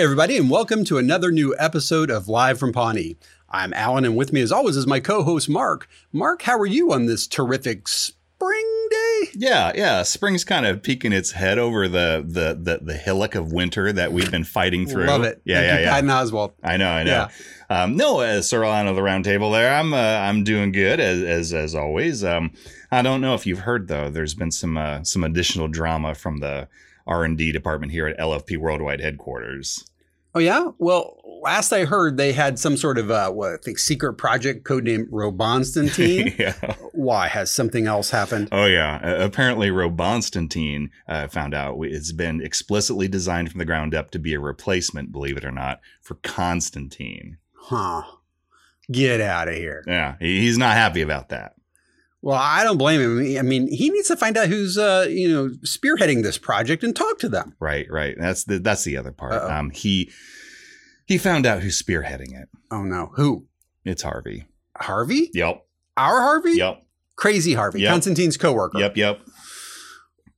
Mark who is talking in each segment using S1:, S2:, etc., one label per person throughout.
S1: everybody, and welcome to another new episode of Live from Pawnee. I'm Alan, and with me, as always, is my co host, Mark. Mark, how are you on this terrific spring day?
S2: Yeah, yeah. Spring's kind of peeking its head over the the the, the hillock of winter that we've been fighting through.
S1: Love it.
S2: Yeah,
S1: Thank
S2: yeah,
S1: you,
S2: yeah.
S1: Patton Oswald.
S2: I know, I know. Um, no, uh, Sir Lion of the Round Table. There, I'm. Uh, I'm doing good as as as always. Um, I don't know if you've heard though. There's been some uh, some additional drama from the R and D department here at LFP Worldwide headquarters.
S1: Oh, yeah? Well, last I heard, they had some sort of, uh, what, I think, secret project codenamed Robonstantine.
S2: yeah.
S1: Why has something else happened?
S2: Oh yeah. Uh, apparently, Robonstantine uh, found out it's been explicitly designed from the ground up to be a replacement. Believe it or not, for Constantine.
S1: Huh. Get out of here.
S2: Yeah, he- he's not happy about that.
S1: Well, I don't blame him. I mean, he needs to find out who's, uh, you know, spearheading this project and talk to them.
S2: Right, right. That's the that's the other part.
S1: Uh-oh.
S2: Um, he he found out who's spearheading it.
S1: Oh, no. Who?
S2: It's Harvey.
S1: Harvey?
S2: Yep.
S1: Our Harvey?
S2: Yep.
S1: Crazy Harvey,
S2: Yep.
S1: Constantine's coworker.
S2: Yep. Yep.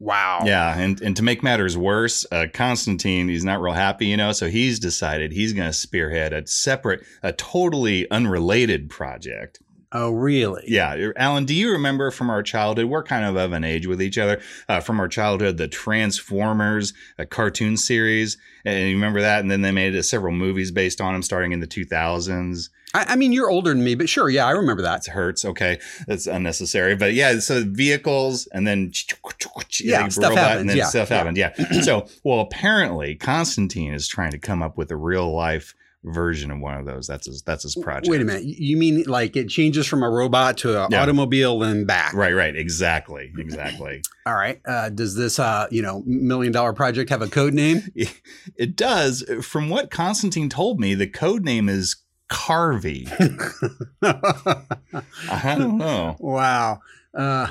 S1: Wow.
S2: Yeah. And and to make matters worse, uh, Constantine he's not real happy, you know. So he's decided he's going to spearhead a separate, a totally unrelated project.
S1: Oh, really?
S2: Yeah, Alan, do you remember from our childhood? We're kind of of an age with each other. Uh, from our childhood, the Transformers a cartoon series, and you remember that? And then they made uh, several movies based on them, starting in the 2000s.
S1: I, I mean, you're older than me, but sure. Yeah, I remember that.
S2: That's hurts. Okay, that's unnecessary, but yeah. So vehicles, and then
S1: Yeah,
S2: like
S1: stuff happens,
S2: and then
S1: yeah,
S2: stuff
S1: yeah.
S2: happened. Yeah. so, well, apparently Constantine is trying to come up with a real life version of one of those. That's his. That's his project.
S1: Wait a minute. You mean like it changes from a robot to an
S2: Yeah.
S1: automobile and back?
S2: Right. Right. Exactly. Exactly.
S1: All right. Uh, does this, uh, you know, million dollar project have a code name?
S2: It does. From what Constantine told me, the code name is Carvey. I don't know.
S1: wow. Uh,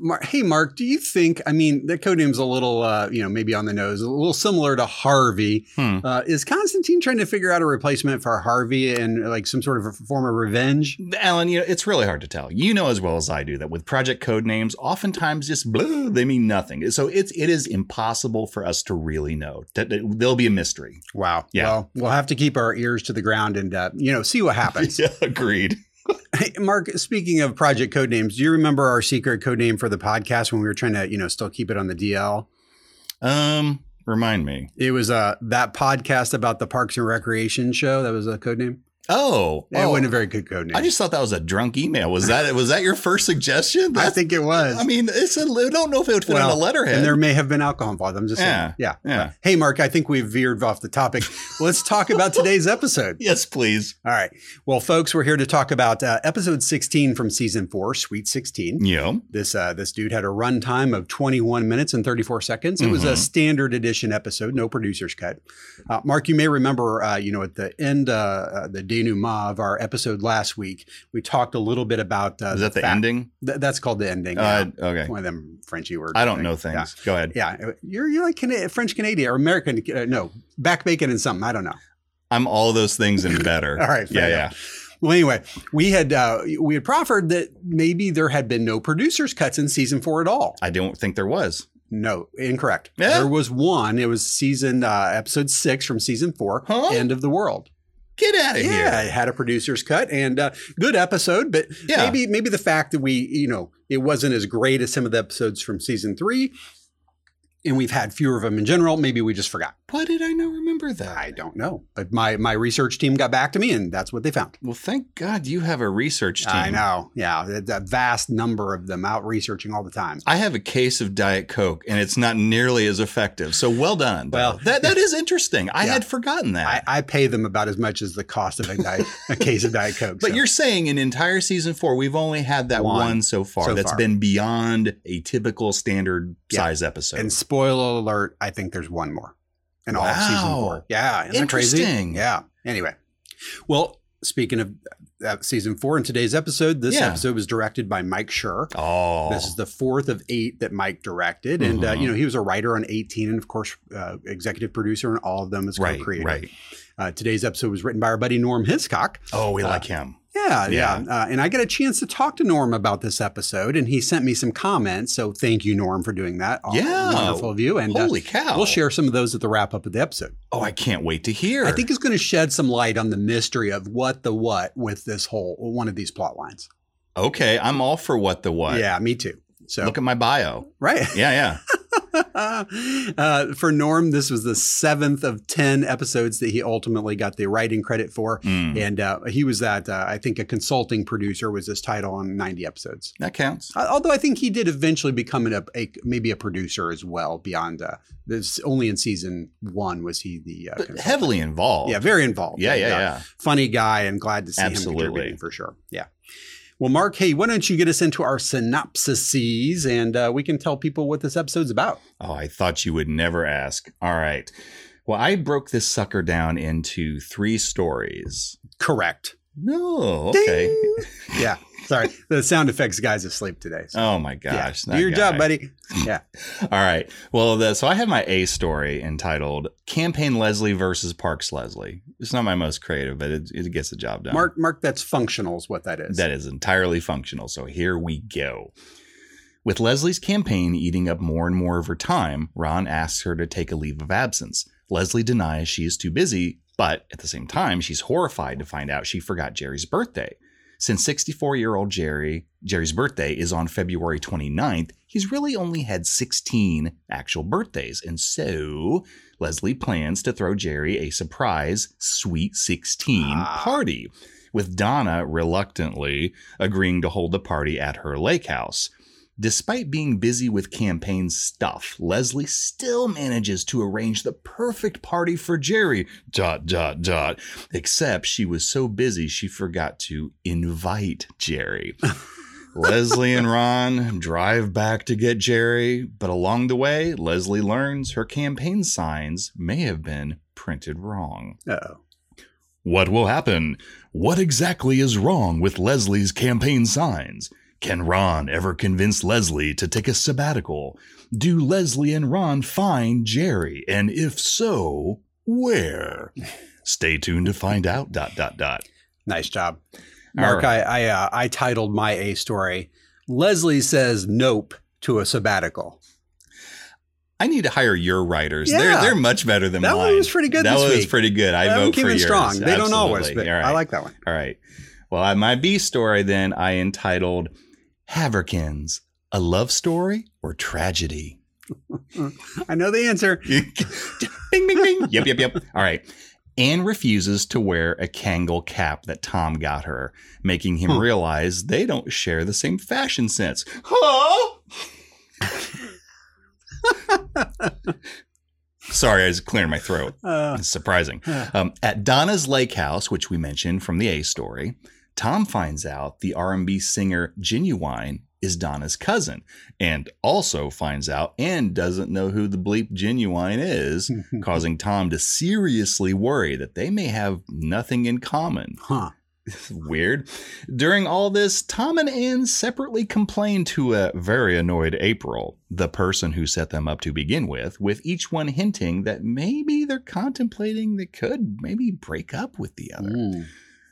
S1: Mar- hey, Mark, do you think, I mean, the code name's a little, uh, you know, maybe on the nose, a little similar to Harvey.
S2: Hmm.
S1: Uh, is Constantine trying to figure out a replacement for Harvey and like some sort of a form of revenge?
S2: Alan, you know, it's really hard to tell. You know as well as I do that with project code names, oftentimes just blah, they mean nothing. So it's it is impossible for us to really know. That that- There'll be a mystery.
S1: Wow.
S2: Yeah.
S1: Well, we'll have to keep our ears to the ground and, uh, you know, see what happens.
S2: Yeah, agreed.
S1: Hey, Mark, speaking of project code names, do you remember our secret code name for the podcast when we were trying to, you know, still keep it on the DL?
S2: Um, remind me.
S1: It was uh, that podcast about the Parks and Recreation show. That was a code name.
S2: Oh,
S1: That
S2: oh,
S1: wasn't a very good code name.
S2: I just thought that was a drunk email. Was that was that your first suggestion?
S1: I
S2: That's,
S1: think it was.
S2: I, mean, it's a, I don't know if it would fit
S1: Well,
S2: on a letterhead.
S1: and there may have been alcohol involved. I'm just
S2: Yeah,
S1: saying. Yeah.
S2: yeah.
S1: Hey, Mark, I think we've veered off the topic. Let's talk about today's episode.
S2: yes, please.
S1: All right. Well, folks, we're here to talk about uh, episode 16 from season four, Sweet 16.
S2: Yeah.
S1: This uh, this dude had a runtime of 21 minutes and 34 seconds. It was a
S2: Mhm.
S1: standard edition episode, no producer's cut. Uh, Mark, you may remember, uh, you know, at the end, uh, uh, the denouement of our episode last week, we talked a little bit about. Uh,
S2: Is that the
S1: fact-
S2: ending?
S1: Th- that's called the ending.
S2: Uh,
S1: yeah.
S2: okay.
S1: One of them Frenchy words.
S2: I don't know
S1: think.
S2: things. Go ahead.
S1: Yeah, yeah. You're you're like Cana- French Canadian or American? Uh, no, back bacon and something. I don't know.
S2: I'm all those things and better.
S1: All right,
S2: Yeah,
S1: fair
S2: yeah.
S1: Well, anyway, we had uh, we had proffered that maybe there had been no producers cuts in season four at all.
S2: I don't think there was.
S1: No, incorrect.
S2: Yeah?
S1: There was one. It was season uh, episode six from season four,
S2: Huh?
S1: End of the World.
S2: Get out of
S1: Yeah, it had a producer's cut and uh, good episode, but
S2: here. Yeah.
S1: maybe maybe the fact that we you know it wasn't as great as some of the episodes from season three, and we've had fewer of them in general. Maybe we just forgot.
S2: Why did I not remember that?
S1: I don't know, but my my research team got back to me, and that's what they found.
S2: well, thank God you have a research team.
S1: I know. Yeah, th- that vast number of them out researching all the time.
S2: I have a case of Diet Coke, and it's not nearly as effective. So well done. though.
S1: Well-
S2: that that is interesting. I
S1: Yeah.
S2: had forgotten that.
S1: I, I pay them about as much as the cost of a, diet, a case of Diet Coke.
S2: but
S1: so-
S2: you're saying in entire season four, we've only had that
S1: One.
S2: one, so far
S1: So
S2: That's
S1: far.
S2: been beyond a typical standard
S1: Yeah.
S2: size episode.
S1: And spoiler alert, I think there's one more in all of season
S2: Wow.
S1: four. Yeah. Isn't that crazy?
S2: Interesting.
S1: Yeah. Anyway, well, speaking of uh, season four in today's episode, this
S2: Yeah.
S1: episode was directed by Mike Schur.
S2: oh,
S1: This is the fourth of eight that Mike directed. And, uh,
S2: Mhm.
S1: you know, he was a writer on 18 and, of course, uh, executive producer on all of them as
S2: right,
S1: co creator.
S2: right.
S1: Uh, today's episode was written by our buddy Norm Hiscock.
S2: Oh, we
S1: Uh,
S2: like him.
S1: Yeah, yeah. Uh, and I got a chance to talk to Norm about this episode, and he sent me some comments. So thank you, Norm, for doing that. Oh,
S2: Yeah.
S1: Wonderful of you. And uh,
S2: Holy cow.
S1: we'll share some of those at the wrap up of the episode.
S2: Oh, I can't wait to hear.
S1: I think it's going to shed some light on the mystery of what the what with this whole one of these plot lines.
S2: Okay, I'm all for what the what.
S1: Yeah, me too. So,
S2: Look at my bio.
S1: right.
S2: Yeah, yeah.
S1: uh, for Norm, this was the seventh of 10 episodes that he ultimately got the writing credit for.
S2: Mm,
S1: And uh, he was that, uh, I think, a consulting producer was his title on 90 episodes.
S2: that counts.
S1: Uh, Although I think he did eventually become an, a maybe a producer as well. Beyond uh, this, only in season one was he the uh,
S2: But
S1: consultant.
S2: heavily involved.
S1: yeah, very involved.
S2: Yeah,
S1: And,
S2: yeah,
S1: uh,
S2: yeah.
S1: Funny guy, and glad to see
S2: Absolutely.
S1: him contributing for sure. Yeah. Well, Mark, hey, why don't you get us into our synopsises and uh, we can tell people what this episode's about?
S2: Oh, I thought you would never ask. All right. Well, I broke this sucker down into three stories.
S1: Correct.
S2: No, okay.
S1: Ding. yeah. Sorry, the sound effects guys asleep today. So,
S2: Oh my
S1: yeah.
S2: gosh.
S1: do
S2: that
S1: your job,
S2: guy.
S1: buddy.
S2: All right. Well, the, so I have my A story entitled Campaign Leslie versus Parks Leslie. It's not my most creative, but it, it gets the job done.
S1: Mark, Mark, that's functional, is what that is.
S2: That is entirely functional. So here we go. With Leslie's campaign eating up more and more of her time, Ron asks her to take a leave of absence. Leslie denies she is too busy, but at the same time, she's horrified to find out she forgot Jerry's birthday. Since 64-year-old Jerry, Jerry's birthday is on February 29th, he's really only had 16 actual birthdays. And so, Leslie plans to throw Jerry a surprise sweet 16
S1: Ah.
S2: party with Donna reluctantly agreeing to hold the party at her lake house. Despite being busy with campaign stuff, Leslie still manages to arrange the perfect party for Jerry. Dot, dot, dot. Except she was so busy she forgot to invite Jerry. Leslie and Ron drive back to get Jerry, but along the way, Leslie learns her campaign signs may have been printed wrong.
S1: Uh-oh.
S2: What will happen? What exactly is wrong with Leslie's campaign signs? Can Ron ever convince Leslie to take a sabbatical? Do Leslie and Ron find Jerry? And if so, where? Stay tuned to find out. Dot dot dot.
S1: Nice job,
S2: All
S1: Mark. I I, uh, I titled my A story. Leslie says nope to a sabbatical.
S2: I need to hire your writers. They're
S1: Yeah.
S2: they're much better than
S1: That
S2: mine.
S1: one was pretty good
S2: That
S1: this
S2: one was
S1: week.
S2: pretty good. I
S1: That one
S2: vote
S1: came
S2: for
S1: in
S2: yours.
S1: Uh, strong. They don't always,
S2: Absolutely.
S1: but
S2: All right.
S1: I like that one.
S2: All right. Well, I- my B story then I entitled Haverkins, a love story or tragedy?
S1: I know the answer.
S2: bing, bing, bing. Yep, yep, yep. All right. Anne refuses to wear a Kangol cap that Tom got her, making him
S1: Hmm.
S2: realize they don't share the same fashion sense. Huh? Sorry, I was clearing my throat.
S1: Uh,
S2: It's surprising.
S1: Yeah.
S2: Um, at Donna's Lake House, which we mentioned from the A story, Tom finds out the R&B singer Genuine is Donna's cousin, and also finds out and doesn't know who the bleep Genuine is, causing Tom to seriously worry that they may have nothing in common.
S1: huh.
S2: Weird. During all this, Tom and Anne separately complain to a very annoyed April, the person who set them up to begin with, with each one hinting that maybe they're contemplating they could maybe break up with the other.
S1: Mm.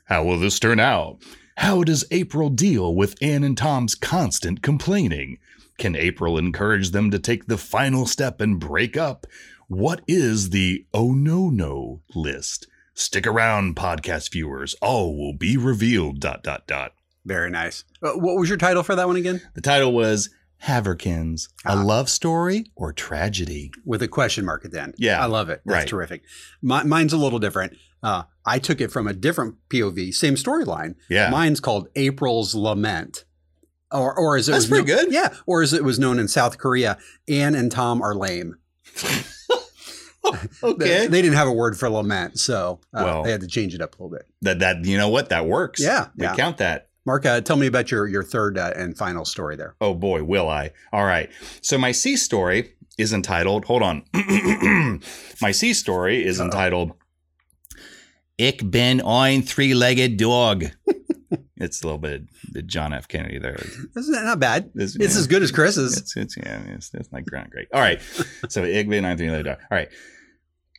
S2: How will this turn out? How does April deal with Anne and Tom's constant complaining? Can April encourage them to take the final step and break up? What is the oh no no list? Stick around, podcast viewers. All will be revealed. Dot dot dot.
S1: Very nice. Uh, what was your title for that one again?
S2: The title was Haverkins: A
S1: Ah.
S2: Love Story or Tragedy?
S1: With a question mark at the end.
S2: Yeah,
S1: I love it. That's
S2: right.
S1: terrific. Mi- mine's a little different. Uh, I took it from a different POV, same storyline.
S2: Yeah.
S1: Mine's called April's Lament. Or, or as it
S2: That's
S1: was
S2: pretty
S1: kno-
S2: good.
S1: Yeah. Or as it was known in South Korea, Anne and Tom are lame. They, they didn't have a word for lament, so uh,
S2: Well.
S1: they had to change it up a little bit.
S2: that that you know what that works.
S1: Yeah,
S2: We
S1: yeah.
S2: count that.
S1: Mark, uh, tell me about your your third uh, and final story there.
S2: Oh boy, will I. All right. So my C story is entitled, hold on. my C story is
S1: Uh-oh.
S2: entitled Ich bin ein three-legged dog. it's a little bit of the John F. Kennedy there.
S1: This is not bad.
S2: This-
S1: It's as good as Chris's.
S2: it's, it's yeah, it's, it's not great. All right. So Igby and I think later. All right.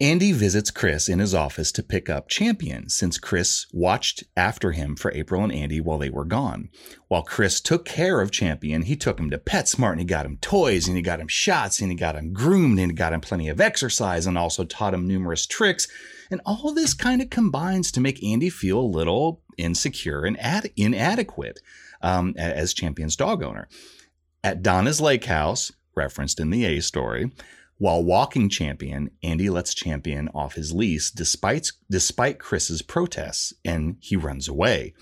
S2: Andy visits Chris in his office to pick up Champion since Chris watched after him for April and Andy while they were gone. While Chris took care of Champion, he took him to PetSmart and he got him toys and he got him shots and he got him groomed and he got him plenty of exercise and also taught him numerous tricks. And all this kind of combines to make Andy feel a little insecure and ad- inadequate um, a- as Champion's dog owner. At Donna's lake house, referenced in the A story, while walking Champion, Andy lets Champion off his lease despite despite Chris's protests and he runs away.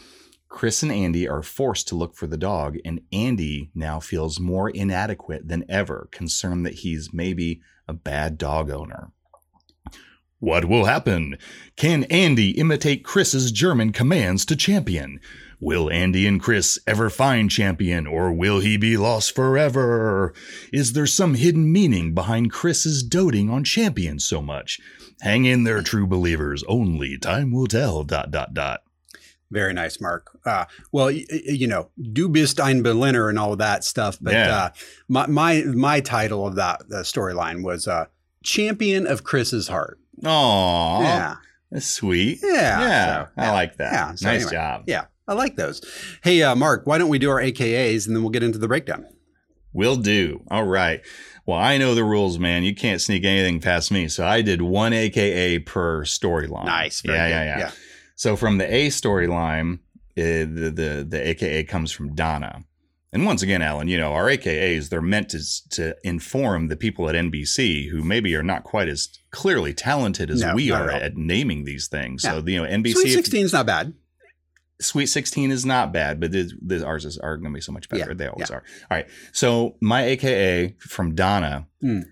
S2: Chris and Andy are forced to look for the dog and Andy now feels more inadequate than ever, concerned that he's maybe a bad dog owner. What will happen? Can Andy imitate Chris's German commands to Champion? Will Andy and Chris ever find Champion, or will he be lost forever? Is there some hidden meaning behind Chris's doting on Champion so much? Hang in there, true believers. Only time will tell. Dot dot dot.
S1: Very nice, Mark. Uh, well, y- y- you know, du bist ein Berliner and all that stuff. But
S2: Yeah.
S1: uh, my, my my title of that uh, storyline was uh, Champion of Chris's Heart.
S2: Aw,
S1: Yeah.
S2: that's sweet.
S1: Yeah.
S2: yeah,
S1: So,
S2: I like that.
S1: Yeah, so
S2: nice
S1: anyway.
S2: job.
S1: yeah. I like those. Hey, uh, Mark, why don't we do our AKAs and then we'll get into the breakdown?
S2: Will do. All right. Well, I know the rules, man. You can't sneak anything past me. So I did one AKA per storyline.
S1: Very
S2: yeah,
S1: good.
S2: yeah, yeah. So from the A storyline, uh, the, the the AKA comes from Donna. And once again, Alan, you know our AKAs they're meant to s- to inform the people at NBC who maybe are not quite as clearly talented as
S1: No,
S2: we
S1: not
S2: are
S1: at all.
S2: at, naming these things. So you know
S1: yeah.
S2: NBC
S1: Sweet
S2: if-
S1: 16 is not bad.
S2: Sweet 16 is not bad, but this, this, ours is, are going to be so much better.
S1: Yeah,
S2: They always are. All right. So, my AKA from Donna
S1: Mm.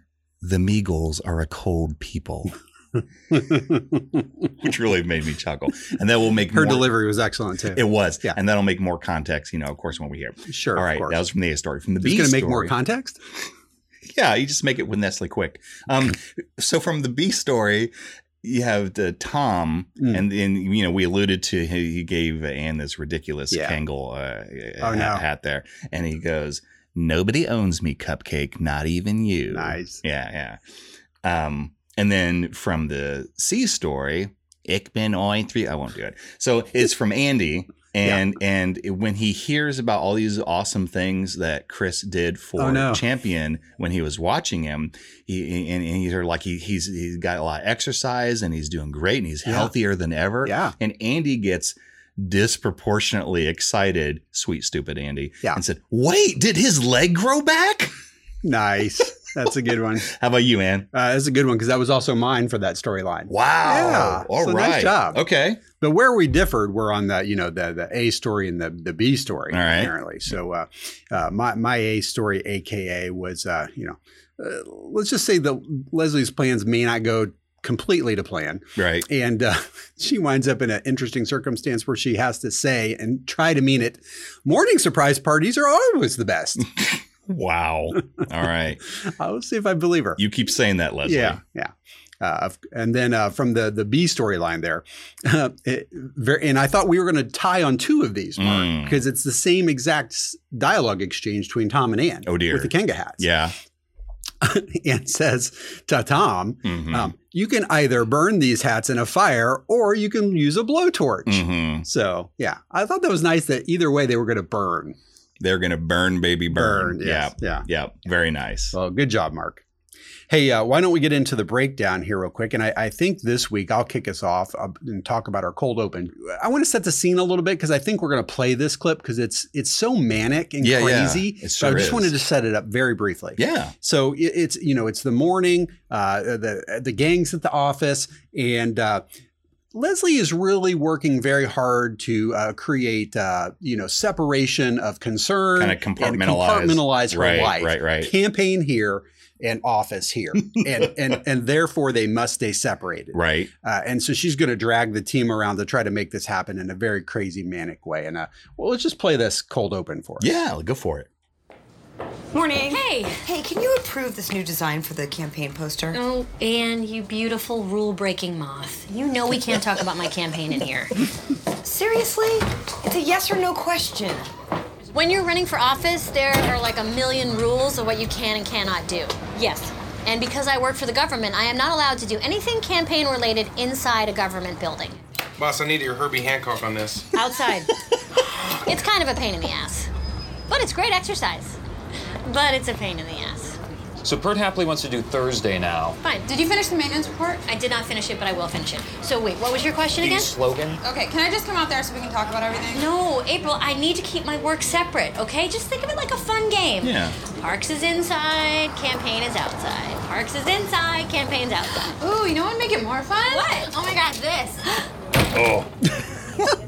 S2: The Meagles are a cold people, which really made me chuckle. And that will make
S1: Her
S2: more.
S1: delivery was excellent too.
S2: It was.
S1: Yeah.
S2: And that'll make more context, you know, of course, when we hear.
S1: sure.
S2: All right.
S1: Of course.
S2: That was from the A story. From the B
S1: He's going to
S2: story.
S1: make more context.
S2: Yeah, you just make it with Nestle quick. Um, so from the B story, you have the Tom,
S1: Mm.
S2: and then you know we alluded to he, he gave Anne this ridiculous
S1: Yeah.
S2: Kangol uh,
S1: Oh,
S2: hat,
S1: no.
S2: hat there, and he goes, "Nobody owns me, Cupcake, not even you."
S1: Nice.
S2: Yeah, yeah. Um, and then from the C story, Ich bin ein three. I won't do it. So it's from Andy. And and when he hears about all these awesome things that Chris did for
S1: Oh, no.
S2: Champion when he was watching him, he and, and he's sort of like he, he's he's got a lot of exercise and he's doing great and he's
S1: Yeah.
S2: healthier than ever.
S1: Yeah.
S2: And Andy gets disproportionately excited, sweet stupid Andy,
S1: Yeah.
S2: and said, "Wait, did his leg grow back?"
S1: Nice. That's a good one.
S2: How about you, man?
S1: Uh, that's a good one because that was also mine for that storyline.
S2: Wow.
S1: Yeah.
S2: All right.
S1: So nice job.
S2: Okay.
S1: But where we differed were on the you know the the A story and the the B story
S2: All right.
S1: apparently. So uh, uh, my my A story, aka, was uh, you know uh, let's just say that Leslie's plans may not go completely to plan,
S2: Right.
S1: and uh, she winds up in an interesting circumstance where she has to say and try to mean it. Morning surprise parties are always the best.
S2: Wow. All right.
S1: I'll see if I believe her.
S2: You keep saying that, Leslie.
S1: Yeah, yeah. Uh, of- and then uh, from the the B storyline there, it, very, and I thought we were going to tie on two of these
S2: Mm.
S1: because it's the same exact s- dialogue exchange between Tom and Ann
S2: Oh dear.
S1: with the Kenga hats.
S2: yeah.
S1: Ann says to Tom,
S2: Mhm.
S1: um, "You can either burn these hats in a fire or you can use a blowtorch."
S2: Mhm.
S1: So yeah, I thought that was nice that either way they were going to burn,
S2: They're gonna burn, baby, burn.
S1: yes, yeah.
S2: Yeah. Yeah. Very nice.
S1: Well, good job, Mark. Hey, uh, why don't we get into the breakdown here real quick? And I, I think this week I'll kick us off uh, and talk about our cold open. I want to set the scene a little bit because I think we're going to play this clip because it's it's so manic and
S2: Yeah, yeah.
S1: crazy.
S2: It
S1: so I
S2: sure
S1: just
S2: is.
S1: wanted to set it up very briefly.
S2: yeah.
S1: So it, it's you know it's the morning. Uh, the the gangs at the office and. Uh, Leslie is really working very hard to uh, create, uh, you know, separation of concern,
S2: Kind of
S1: and
S2: compartmentalize.
S1: compartmentalize her
S2: Right,
S1: life
S2: right, right.
S1: campaign here and office here and and and therefore they must stay separated
S2: Right.
S1: uh, and so she's going to drag the team around to try to make this happen in a very crazy manic way and uh, well let's just play this cold open for us.
S2: Yeah, go for it.
S3: Morning. Hey.
S4: Hey, can you approve this new design for the campaign poster?
S3: Oh, Anne, you beautiful rule breaking moth. You know we can't talk about my campaign in here.
S4: Seriously? It's a yes or no question.
S3: When you're running for office, there are like a million rules of what you can and cannot do. Yes, And because I work for the government, I am not allowed to do anything campaign related inside a government building.
S5: Boss, I need your Herbie Hancock on this.
S3: Outside. it's kind of a pain in the ass. But it's great exercise. But it's a pain in the ass.
S6: So Pert happily wants to do Thursday now.
S3: Fine.
S7: Did you finish the maintenance report?
S3: I did not finish it, but I will finish it. So wait, what was your question
S6: The
S3: again?
S6: slogan.
S7: Okay, can I just come out there so we can talk about everything?
S3: No, April, I need to keep my work separate, okay? Just think of it like a fun game.
S2: Yeah.
S3: Parks is inside, campaign is outside. Parks is inside, campaign's outside.
S7: Ooh, you know what would make it more fun?
S3: What?
S7: Oh my god,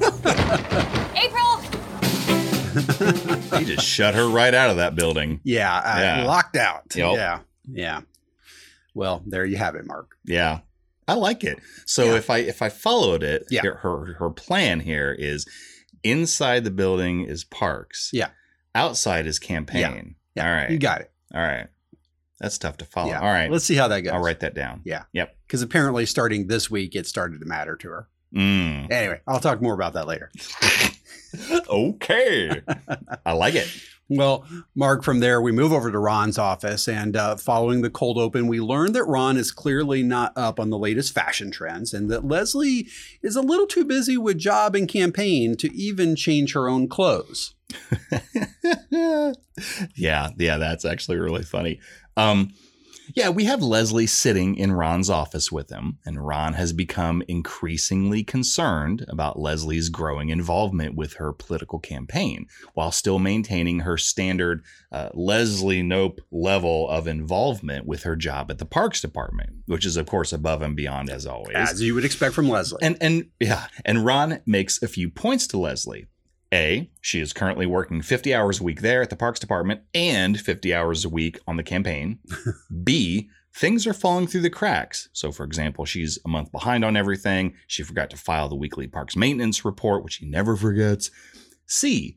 S7: this.
S3: April!
S2: He just shut her right out of that building.
S1: Yeah, uh,
S2: Yeah.
S1: locked out.
S2: Yep.
S1: Yeah, yeah. Well, there you have it, Mark.
S2: Yeah. I like it. So if I if I followed it,
S1: Yeah.
S2: her- her her plan here is inside the building is parks.
S1: Yeah.
S2: Outside is campaign.
S1: Yeah,
S2: All right. Oh,
S1: you got it.
S2: All right. That's tough to follow.
S1: Yeah.
S2: All right.
S1: Let's see how that goes.
S2: I'll write that down.
S1: Yeah.
S2: Yep.
S1: Because apparently, starting this week, it started to matter to her.
S2: Mm.
S1: Anyway, I'll talk more about that later.
S2: Okay. I like it.
S1: Well, Mark, from there, we move over to Ron's office. And uh, following the cold open, we learn that Ron is clearly not up on the latest fashion trends and that Leslie is a little too busy with job and campaign to even change her own clothes.
S2: yeah, yeah, that's actually really funny. Um, yeah, we have Leslie sitting in Ron's office with him, and Ron has become increasingly concerned about Leslie's growing involvement with her political campaign while still maintaining her standard uh, Leslie Nope level of involvement with her job at the Parks Department, which is, of course, above and beyond as always.
S1: As you would expect from Leslie.
S2: And and yeah, and Ron makes a few points to Leslie. A, she is currently working 50 hours a week there at the Parks Department and 50 hours a week on the campaign. B, things are falling through the cracks. So, for example, she's a month behind on everything. She forgot to file the weekly parks maintenance report, which she never forgets. C,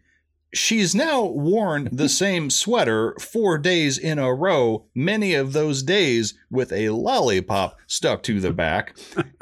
S2: she's now worn the same sweater four days in a row, many of those days with a lollipop stuck to the back.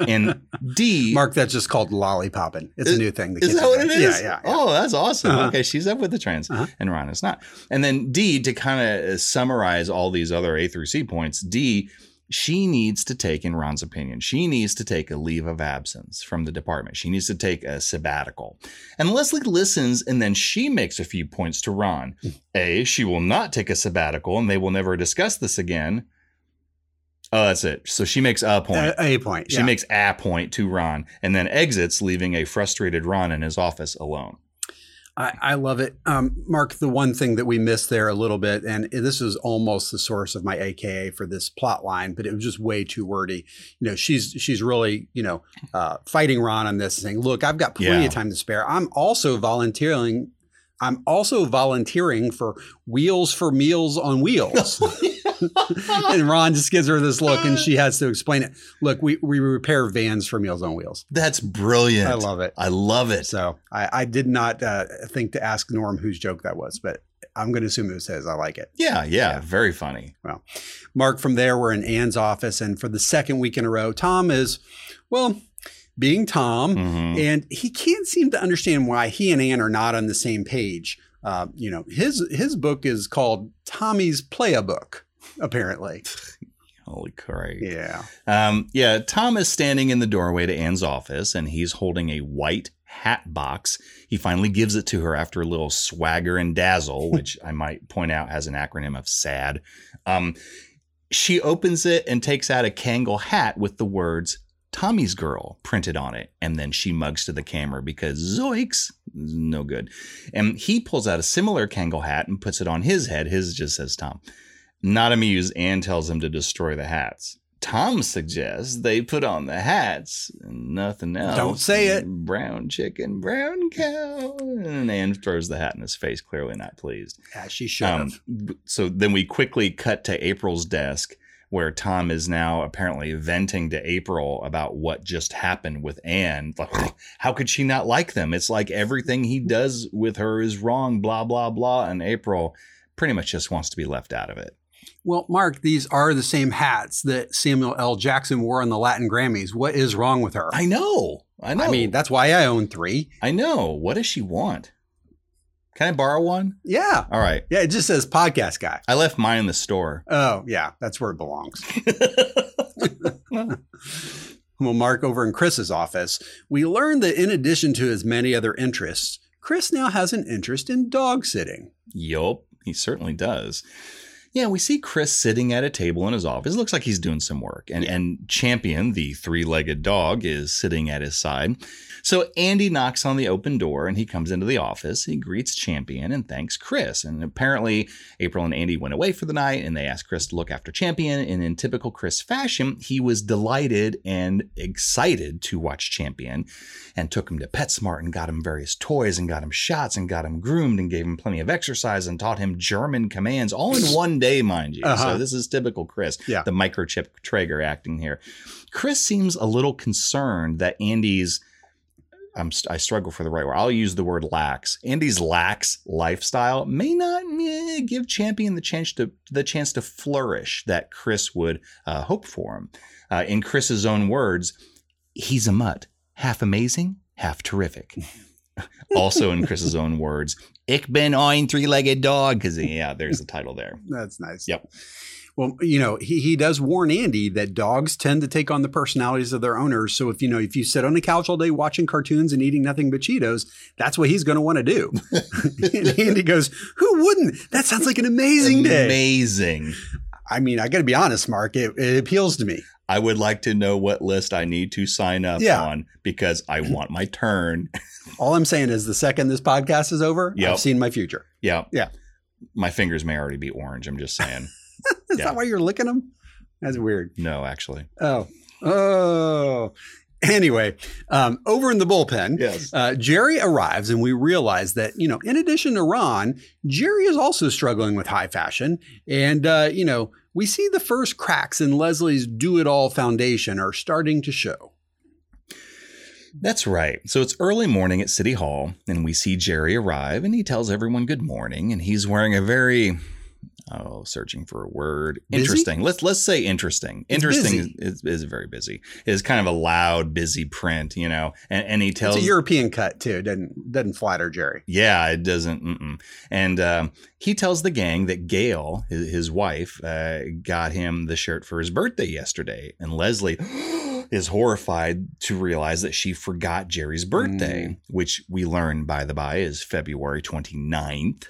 S2: And D,
S1: Mark, that's just called lollipopping. It's a new thing. that
S2: is
S1: kids
S2: that what
S1: have.
S2: it is?
S1: Yeah, yeah. yeah.
S2: Oh, that's awesome.
S1: Uh-huh.
S2: Okay, she's up with the trends, and Ron is not. And then D to kind of uh, summarize all these other A through C points. D, she needs to take, in Ron's opinion, she needs to take a leave of absence from the department. She needs to take a sabbatical. And Leslie listens, and then she makes a few points to Ron.
S1: Hmm.
S2: A, she will not take a sabbatical, and they will never discuss this again. Oh, that's it. So she makes a point.
S1: A, a point.
S2: She
S1: yeah.
S2: makes a point to Ron and then exits, leaving a frustrated Ron in his office alone.
S1: I, I love it. Um, Mark, the one thing that we missed there a little bit, and this is almost the source of my AKA for this plot line, but it was just way too wordy. You know, she's she's really, you know, uh, fighting Ron on this saying, Look, I've got plenty
S2: Yeah.
S1: of time to spare. I'm also volunteering. I'm also volunteering for Wheels for Meals on Wheels. and Ron just gives her this look and she has to explain it. Look, we, we repair vans for Meals on Wheels.
S2: That's brilliant.
S1: I love it.
S2: I love it.
S1: So I, I did not uh, think to ask Norm whose joke that was, but I'm going to assume it was his. I like it.
S2: yeah, yeah, very funny.
S1: Mark, from there, we're in Ann's office. And for the second week in a row, Tom is, well, being Tom,
S2: Mhm.
S1: and he can't seem to understand why he and Ann are not on the same page. Uh, you know, his his book is called Tommy's Play a Book, apparently.
S2: Holy crap.
S1: Yeah.
S2: Um, yeah, Tom is standing in the doorway to Anne's office and he's holding a white hat box. He finally gives it to her after a little swagger and dazzle, which I might point out has an acronym of SAD. Um, she opens it and takes out a Kangol hat with the words Tommy's girl printed on it. And then she mugs to the camera because zoinks, no good. And he pulls out a similar Kangol hat and puts it on his head. His just says Tom. Not amused, Anne tells him to destroy the hats. Tom suggests they put on the hats and nothing else.
S1: Don't say it.
S2: Brown chicken, brown cow. And Anne throws the hat in his face, clearly not pleased.
S1: Yeah, she should have.
S2: Um, so then we quickly cut to April's desk where Tom is now apparently venting to April about what just happened with Anne. Like, how could she not like them? It's like everything he does with her is wrong, blah, blah, blah. And April pretty much just wants to be left out of it.
S1: Well, Mark, these are the same hats that Samuel L. Jackson wore on the Latin Grammys. What is wrong with her?
S2: I know. I know.
S1: I mean, that's why I own three.
S2: I know. What does she want? Can I borrow one?
S1: Yeah.
S2: All right.
S1: Yeah, it just says podcast guy.
S2: I left mine in the store.
S1: Oh, yeah, that's where it belongs. well, Mark over in Chris's office, we learned that in addition to his many other interests, Chris now has an interest in dog sitting.
S2: Yup, he certainly does. Yeah, we see Chris sitting at a table in his office. Looks like he's doing some work. And and Champion, the three-legged dog, is sitting at his side. So Andy knocks on the open door and he comes into the office. He greets Champion and thanks Chris. And apparently April and Andy went away for the night and they asked Chris to look after Champion. And in typical Chris fashion, he was delighted and excited to watch Champion and took him to PetSmart and got him various toys and got him shots and got him groomed and gave him plenty of exercise and taught him German commands all in one day, mind you. So
S1: Uh-huh.
S2: this is typical Chris,
S1: Yeah.
S2: the microchip Traeger acting here. Chris seems a little concerned that Andy's I'm, st- I struggle for the right word. I'll use the word lax. Andy's lax lifestyle may not eh, give Champion the chance to the chance to flourish that Chris would uh, hope for him. Uh, in Chris's own words, he's a mutt, half amazing, half terrific. also, in Chris's own words, "Ich bin ein three-legged dog." Because yeah, there's the title there.
S1: That's nice.
S2: Yep.
S1: Well, you know, he, he does warn Andy that dogs tend to take on the personalities of their owners. So if you know, if you sit on the couch all day watching cartoons and eating nothing but Cheetos, that's what he's going to want to do. and Andy goes, "Who wouldn't? That sounds like an amazing day."
S2: Amazing.
S1: I mean, I got to be honest, Mark. It, it appeals to me.
S2: I would like to know what list I need to sign up
S1: Yeah.
S2: on because I want my turn.
S1: All I'm saying is, the second this podcast is over,
S2: Yep.
S1: I've seen my future.
S2: Yeah.
S1: Yeah.
S2: My fingers may already be orange. I'm just saying.
S1: Is
S2: Yeah.
S1: that why you're licking them? That's weird.
S2: no, actually.
S1: Oh, oh. Anyway, um, over in the bullpen,
S2: Yes.
S1: uh, Jerry arrives, and we realize that you know, in addition to Ron, Jerry is also struggling with high fashion, and uh, you know, we see the first cracks in Leslie's do-it-all foundation are starting to show.
S2: That's right. So it's early morning at City Hall, and we see Jerry arrive, and he tells everyone good morning, and he's wearing a very oh, searching for a word.
S1: Busy?
S2: Interesting. Let's let's say interesting.
S1: It's
S2: Interesting
S1: busy.
S2: is, is, is very busy. It's kind of a loud, busy print, you know. And and he tells
S1: It's a European cut too. Doesn't doesn't flatter Jerry.
S2: Yeah, it doesn't. Mm-mm. And um, he tells the gang that Gail, his, his wife, uh, got him the shirt for his birthday yesterday. And Leslie is horrified to realize that she forgot Jerry's birthday, which we learn, by the by, is February 29th.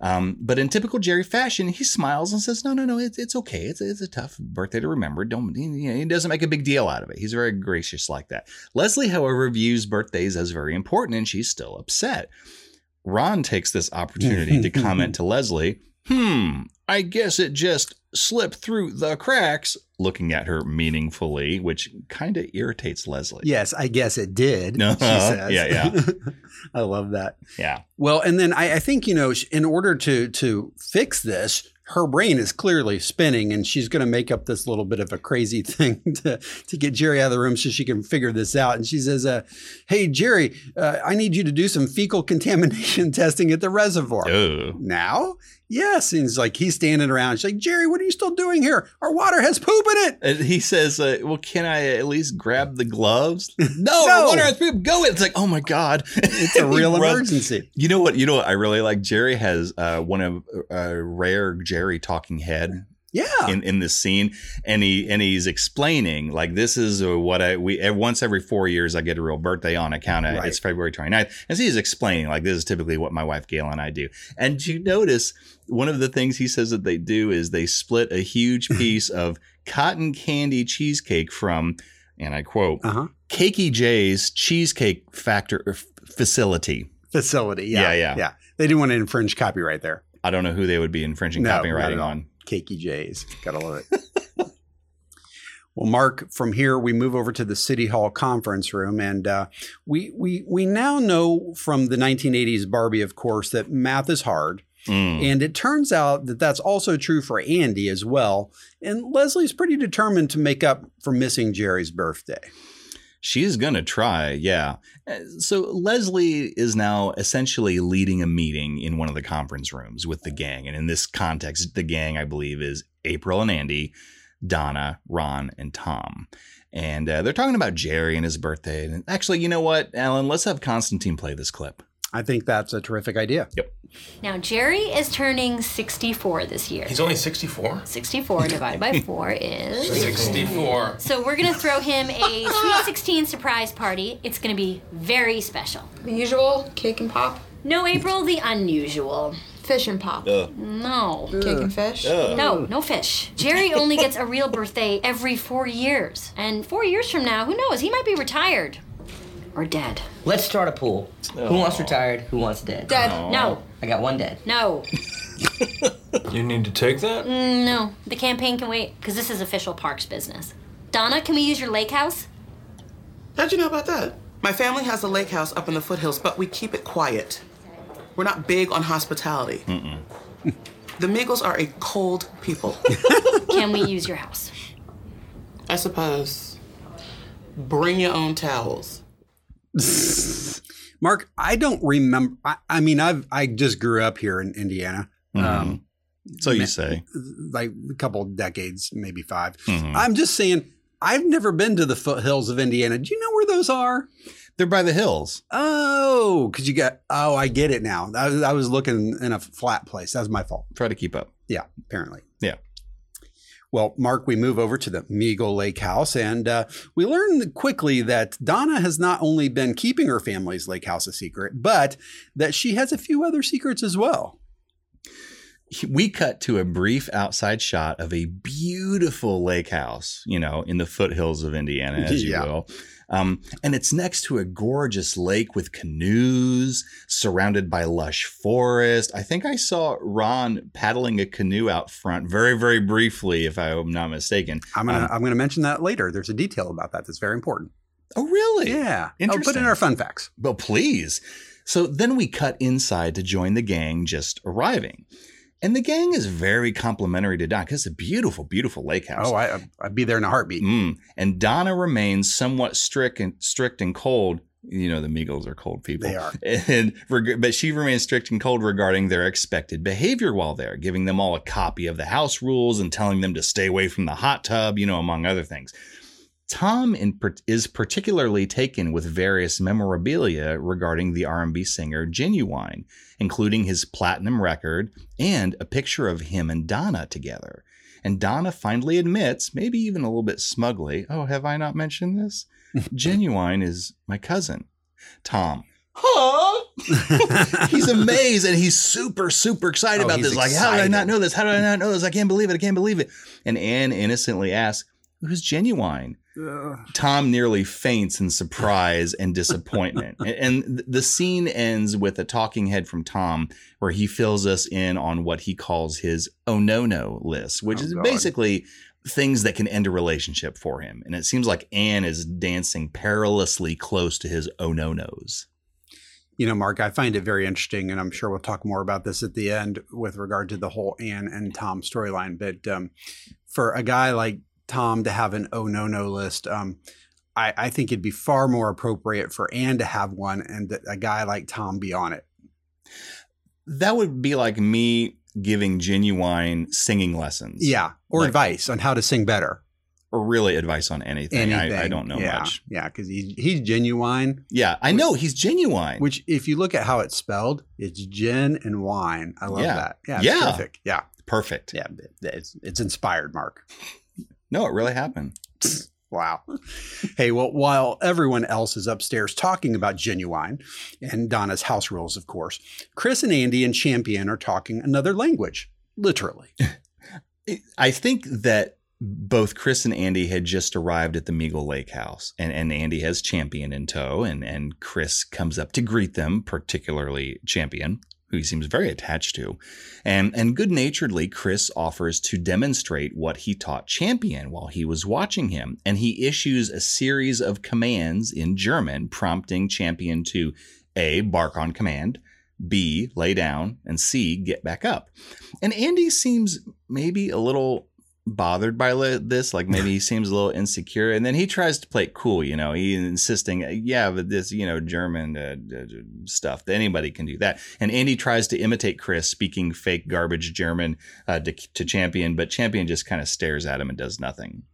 S2: Um, but in typical Jerry fashion, he smiles and says, "No, no, no, it's it's okay. It's it's a tough birthday to remember. Don't he, you know, he doesn't make a big deal out of it. He's very gracious like that." Leslie, however, views birthdays as very important, and she's still upset. Ron takes this opportunity to comment to Leslie, "Hmm, I guess it just slipped through the cracks." Looking at her meaningfully, which kind of irritates Leslie.
S1: Yes, I guess it did.
S2: No.
S1: She says.
S2: Yeah, yeah.
S1: I love that.
S2: yeah.
S1: Well, and then I, I think you know, sh- in order to to fix this, her brain is clearly spinning, and she's going to make up this little bit of a crazy thing to to get Jerry out of the room so she can figure this out. And she says, uh, "Hey, Jerry, uh, I need you to do some fecal contamination testing at the reservoir."
S2: Oh.
S1: Now, yes, and he's like he's standing around. She's like, "Jerry, what are you still doing here? Our water has poop in it."
S2: And he says, uh, "Well, can I at least grab the gloves?" No,
S1: No.
S2: what are people going? It's like, oh my god,
S1: It's a real
S2: He runs-
S1: emergency.
S2: You know what? You know what? I really like. Jerry has uh, one of uh, rare Jerry talking head
S1: Yeah.
S2: in, in this scene, and he and he's explaining like this is uh, what I we eh, once every four years I get a real birthday on account of
S1: Right.
S2: it's February 29th, and so he's explaining like this is typically what my wife Gail and I do, and you notice one of the things he says that they do is they split a huge piece of cotton candy cheesecake from, and I quote,
S1: Uh huh.
S2: Cakey J's Cheesecake Factor uh, f- Facility.
S1: Facility.
S2: Yeah,
S1: Yeah.
S2: yeah.
S1: Yeah. They didn't want to infringe copyright there.
S2: I don't know who they would be infringing
S1: No, not
S2: copywriting
S1: at all.
S2: on.
S1: Cakey J's. Gotta love it. well, Mark, from here we move over to the City Hall conference room, and uh, we we we now know from the 1980s Barbie, of course, that math is hard.
S2: Mm.
S1: And it turns out that that's also true for Andy as well. And Leslie's pretty determined to make up for missing Jerry's birthday.
S2: She's going to try, yeah. Uh, So Leslie is now essentially leading a meeting in one of the conference rooms with the gang. And in this context, the gang, I believe, is April and Andy, Donna, Ron, and Tom. And uh, they're talking about Jerry and his birthday. And actually, you know what, Alan? Let's have Constantine play this clip.
S1: I think that's a terrific idea.
S2: Yep.
S3: Now, Jerry is turning 64 this year.
S5: He's only 64?
S3: 64 divided by 4 is.
S5: 64.
S3: So, we're going to throw him a Sweet 16 surprise party. It's going to be very special.
S7: The usual cake and pop,
S3: No, April, the unusual.
S7: fish and pop,
S3: No.
S7: cake and fish.
S3: No, no fish. Jerry only gets a real birthday every four years. And four years from now, who knows? He might be retired or dead.
S8: Let's start a pool. Who wants retired? Who wants dead?
S7: Dead.
S3: No,
S8: I got one dead.
S3: no, Mm,
S9: You need to take that?
S3: no. The campaign can wait because this is official parks business. Donna, can we use your lake house?
S10: How'd you know about that? My family has a lake house up in the foothills, but we keep it quiet. We're not big on hospitality. the Migos are a cold people.
S3: Can we use your house?
S10: I suppose. Bring your own towels.
S1: Mark, I don't remember. I, I mean, I've I just grew up here in Indiana, um,
S2: So you say.
S1: like a couple decades, maybe 5 i I'm just saying, I've never been to the foothills of Indiana. Do you know where those are?
S2: They're by the hills.
S1: Oh, because you got. Oh, I get it now. I, was- I was looking in a flat place. That was my fault.
S2: Try to keep up.
S1: Yeah, apparently.
S2: Yeah.
S1: Well, Mark, we move over to the Meagle Lake House, and uh, we learn quickly that Donna has not only been keeping her family's lake house a secret, but that she has a few other secrets as well.
S2: we cut to a brief outside shot of a beautiful lake house, you know, in the foothills of Indiana, as you
S1: Yeah.
S2: will. Um, and it's next to a gorgeous lake with canoes, surrounded by lush forest. I think I saw Ron paddling a canoe out front very, very briefly, if I'm not mistaken.
S1: I'm gonna I'm gonna mention that later. There's a detail about that that's very important.
S2: Oh, really?
S1: Yeah, I'll put
S2: Interesting.
S1: in our fun facts.
S2: Well, please. So then we cut inside to join the gang just arriving. And the gang is very complimentary to Don because it's a beautiful, beautiful lake house.
S1: Oh, I I'd be there in a heartbeat.
S2: Mm. And Donna remains somewhat strict and strict and cold. You know the Meagles are cold people.
S1: They are.
S2: And reg- but she remains strict and cold regarding their expected behavior while there, giving them all a copy of the house rules and telling them to stay away from the hot tub. You know, among other things. Tom in par- is particularly taken with various memorabilia regarding the R&B singer Genuine, including his platinum record and a picture of him and Donna together. And Donna finally admits, maybe even a little bit smugly, "Oh, have I not mentioned this? Genuine is my cousin, Tom." Huh? he's amazed and he's super, super excited
S1: Oh,
S2: about
S1: he's
S2: this. Like, how did I
S1: excited.
S2: not know this? How did I not know this? I can't believe it. I can't believe it. And Anne innocently asks, Who's genuine? Tom nearly faints in surprise and disappointment. and, and th- the scene ends with a talking head from Tom where he fills us in on what he calls his oh no no list, which
S1: Oh,
S2: is
S1: God.
S2: basically things that can end a relationship for him. And it seems like Anne is dancing perilously close to his oh no nos.
S1: You know, Mark, I find it very interesting, and I'm sure we'll talk more about this at the end with regard to the whole Anne and Tom storyline. But um, for a guy like Tom to have an oh no no list, um, I, I think it'd be far more appropriate for Anne to have one and that a guy like Tom be on it.
S2: That would be like me giving genuine singing lessons.
S1: Yeah. Or
S2: Like-
S1: advice on how to sing better.
S2: Or really advice on anything.
S1: Anything.
S2: I, I don't know
S1: yeah.
S2: much.
S1: Yeah. Because he, he's genuine,
S2: Yeah, I know he's genuine.
S1: which if you look at how it's spelled, it's gin and wine. I love
S2: Yeah.
S1: that. Yeah.
S2: Yeah.
S1: It's terrific. Yeah.
S2: Perfect.
S1: Yeah. It's, it's inspired, Mark.
S2: No, it really happened.
S1: Wow. Hey, well, while everyone else is upstairs talking about Genuine and Donna's house rules, of course, Chris and Andy and Champion are talking another language, literally.
S2: It- I think that both Chris and Andy had just arrived at the Meagle Lake House, and, and Andy has Champion in tow, and, and Chris comes up to greet them, particularly Champion, who he seems very attached to. And, and good naturedly, Chris offers to demonstrate what he taught Champion while he was watching him, and he issues a series of commands in German, prompting Champion to A, bark on command. B, lay down, and C, get back up. And Andy seems maybe a little bothered by li- this. Like maybe he seems a little insecure. And then he tries to play it cool, you know, he insisting, "Uh, yeah, but this, you know, German uh, d- d- stuff, anybody can do that. And Andy tries to imitate Chris speaking fake garbage German uh, to, to Champion, but Champion just kind of stares at him and does nothing.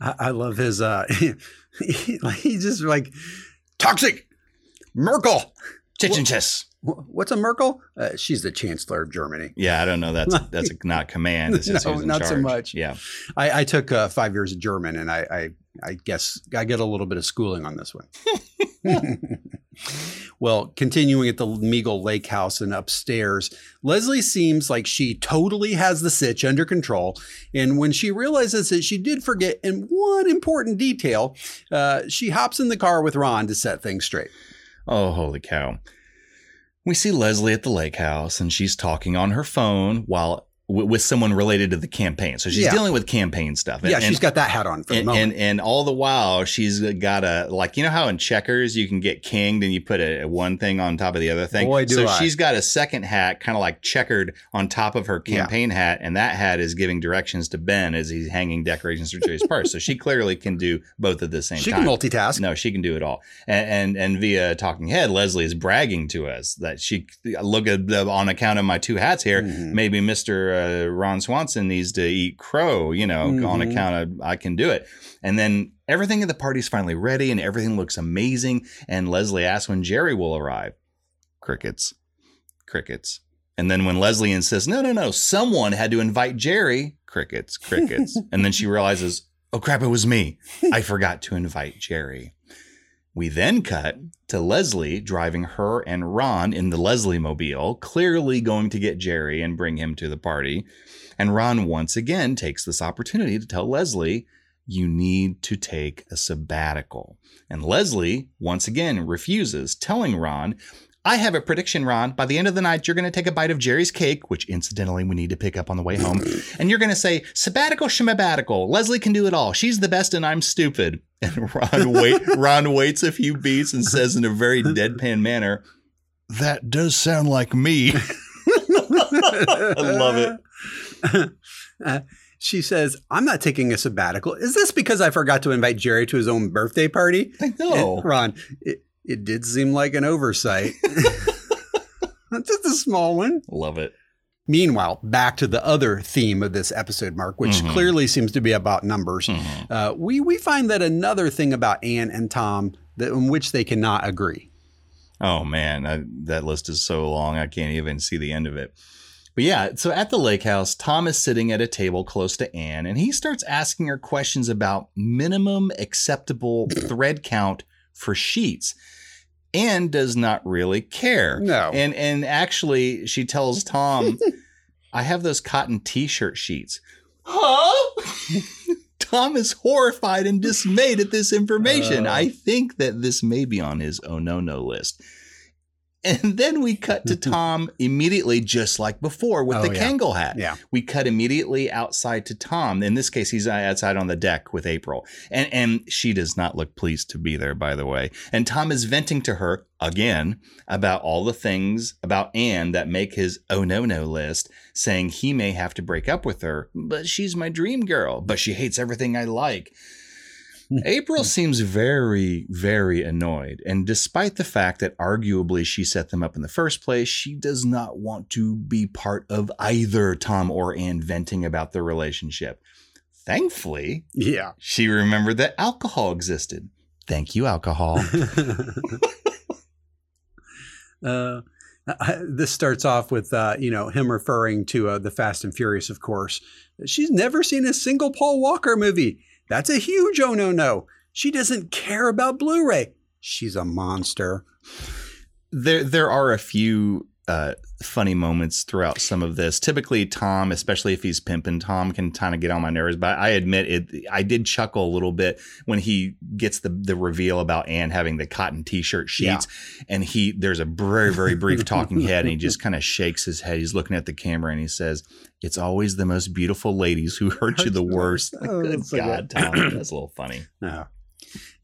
S1: I, I love his, uh, he, he's just like, toxic, Merkel,
S2: Chitch and chess.
S1: Wh- What's a Merkel? Uh, she's the Chancellor of Germany.
S2: Yeah, I don't know. That's that's not command. It's just
S1: No,
S2: who's in
S1: not so
S2: charge.
S1: much.
S2: Yeah.
S1: I, I took uh, five years of German, and I, I, I guess I get a little bit of schooling on this one. well, continuing at the Meagle Lake House and upstairs, Leslie seems like she totally has the sitch under control. And when she realizes that she did forget in one important detail, uh, she hops in the car with Ron to set things straight.
S2: Oh, holy cow. We see Leslie at the lake house and she's talking on her phone while w- with someone related to the campaign. So she's
S1: Yeah.
S2: dealing with campaign stuff. And,
S1: yeah,
S2: and,
S1: she's got that hat on for the
S2: and,
S1: moment.
S2: and and all the while she's got a like you know how in checkers you can get kinged and you put a, a one thing on top of the other thing.
S1: Boy, do
S2: so
S1: I.
S2: she's got a second hat kind of like checkered on top of her
S1: Yeah.
S2: campaign hat, and that hat is giving directions to Ben as he's hanging decorations for Joey's party. So she clearly can do both at the same
S1: she
S2: time.
S1: can multitask.
S2: No, she can do it all. And and, and via Talking Head, Leslie is bragging to us that she look at the, on account of my two hats here.
S1: Mhm.
S2: Maybe Mister uh, Ron Swanson needs to eat crow. You know, on
S1: Mhm.
S2: account of I can do it. And then everything at the party's finally ready, and everything looks amazing. And Leslie asks when Jerry will arrive. Crickets, crickets. And then when Leslie insists, no, no, no, someone had to invite Jerry. Crickets, crickets. and then she realizes, oh crap, it was me. I forgot to invite Jerry. We then cut to Leslie driving her and Ron in the Leslie mobile, clearly going to get Jerry and bring him to the party. And Ron once again takes this opportunity to tell Leslie, you need to take a sabbatical. And Leslie once again refuses, telling Ron, I have a prediction, Ron. By the end of the night, you're going to take a bite of Jerry's cake, which incidentally we need to pick up on the way home, and you're going to say, sabbatical, shemabatical. Leslie can do it all. She's the best, and I'm stupid. And Ron, wait, Ron waits a few beats and says in a very deadpan manner, That does sound like me. I love it.
S1: Uh, she says, I'm not taking a sabbatical. Is this because I forgot to invite Jerry to his own birthday party?
S2: I know.
S1: And Ron, it, it did seem like an oversight. Just a small one.
S2: Love it.
S1: Meanwhile, back to the other theme of this episode, Mark, which
S2: Mhm.
S1: clearly seems to be about numbers. Uh, we, we find that another thing about Anne and Tom that, in which they cannot agree.
S2: Oh man, I, that list is so long I can't even see the end of it. But yeah, so at the lake house, Tom is sitting at a table close to Anne, and he starts asking her questions about minimum acceptable thread count for sheets. Anne does not really care.
S1: No.
S2: and and actually, she tells Tom, "I have those cotton T-shirt sheets." Huh? Tom is horrified and dismayed at this
S1: Oh.
S2: information. I think that this may be on his oh no no list. And then we cut to Tom immediately, just like before with
S1: Oh,
S2: the
S1: yeah.
S2: Kangol hat.
S1: Yeah.
S2: We cut immediately outside to Tom. In this case, he's outside on the deck with April. And and she does not look pleased to be there, by the way. And Tom is venting to her again about all the things about Anne that make his oh no no list, saying he may have to break up with her, but she's my dream girl, but she hates everything I like. April seems very, very annoyed. And despite the fact that arguably she set them up in the first place, she does not want to be part of either Tom or Ann venting about their relationship. Thankfully,
S1: Yeah.
S2: she remembered that alcohol existed. Thank you, alcohol.
S1: uh, I- this starts off with uh, you know him referring to uh, the Fast and Furious, of course. She's never seen a single Paul Walker movie. That's a huge oh no no. She doesn't care about Blu-ray. She's a monster.
S2: there there are a few uh, funny moments throughout some of this. Typically, Tom, especially if he's pimping, Tom can kind of get on my nerves. But I admit it, I did chuckle a little bit when he gets the the reveal about Anne having the cotton T-shirt sheets, and he there's a very very brief talking head, and he just kind of shakes his head. He's looking at the camera and he says, "It's always the most beautiful ladies who hurt you the worst."
S1: Oh,
S2: Good
S1: that's so
S2: God,
S1: good.
S2: Tom, that's a little funny.
S1: Uh,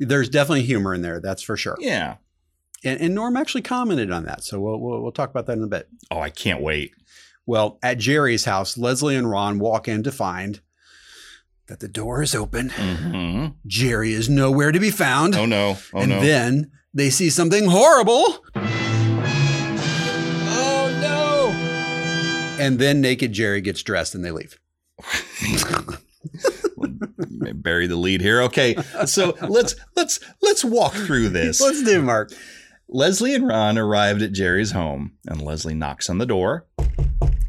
S1: there's definitely humor in there, that's for sure.
S2: Yeah.
S1: And, and Norm actually commented on that, so we'll, we'll we'll talk about that in a bit.
S2: Oh, I can't wait.
S1: Well, at Jerry's house, Leslie and Ron walk in to find that the door is open.
S2: hmm
S1: Jerry is nowhere to be found.
S2: Oh no. Oh
S1: and
S2: no.
S1: then they see something horrible.
S6: Oh no!
S1: And then naked Jerry gets dressed and they leave.
S2: bury the lead here. Okay, so let's let's let's walk through this.
S1: Let's do, Mark.
S2: Leslie and Ron arrived at Jerry's home, and Leslie knocks on the door,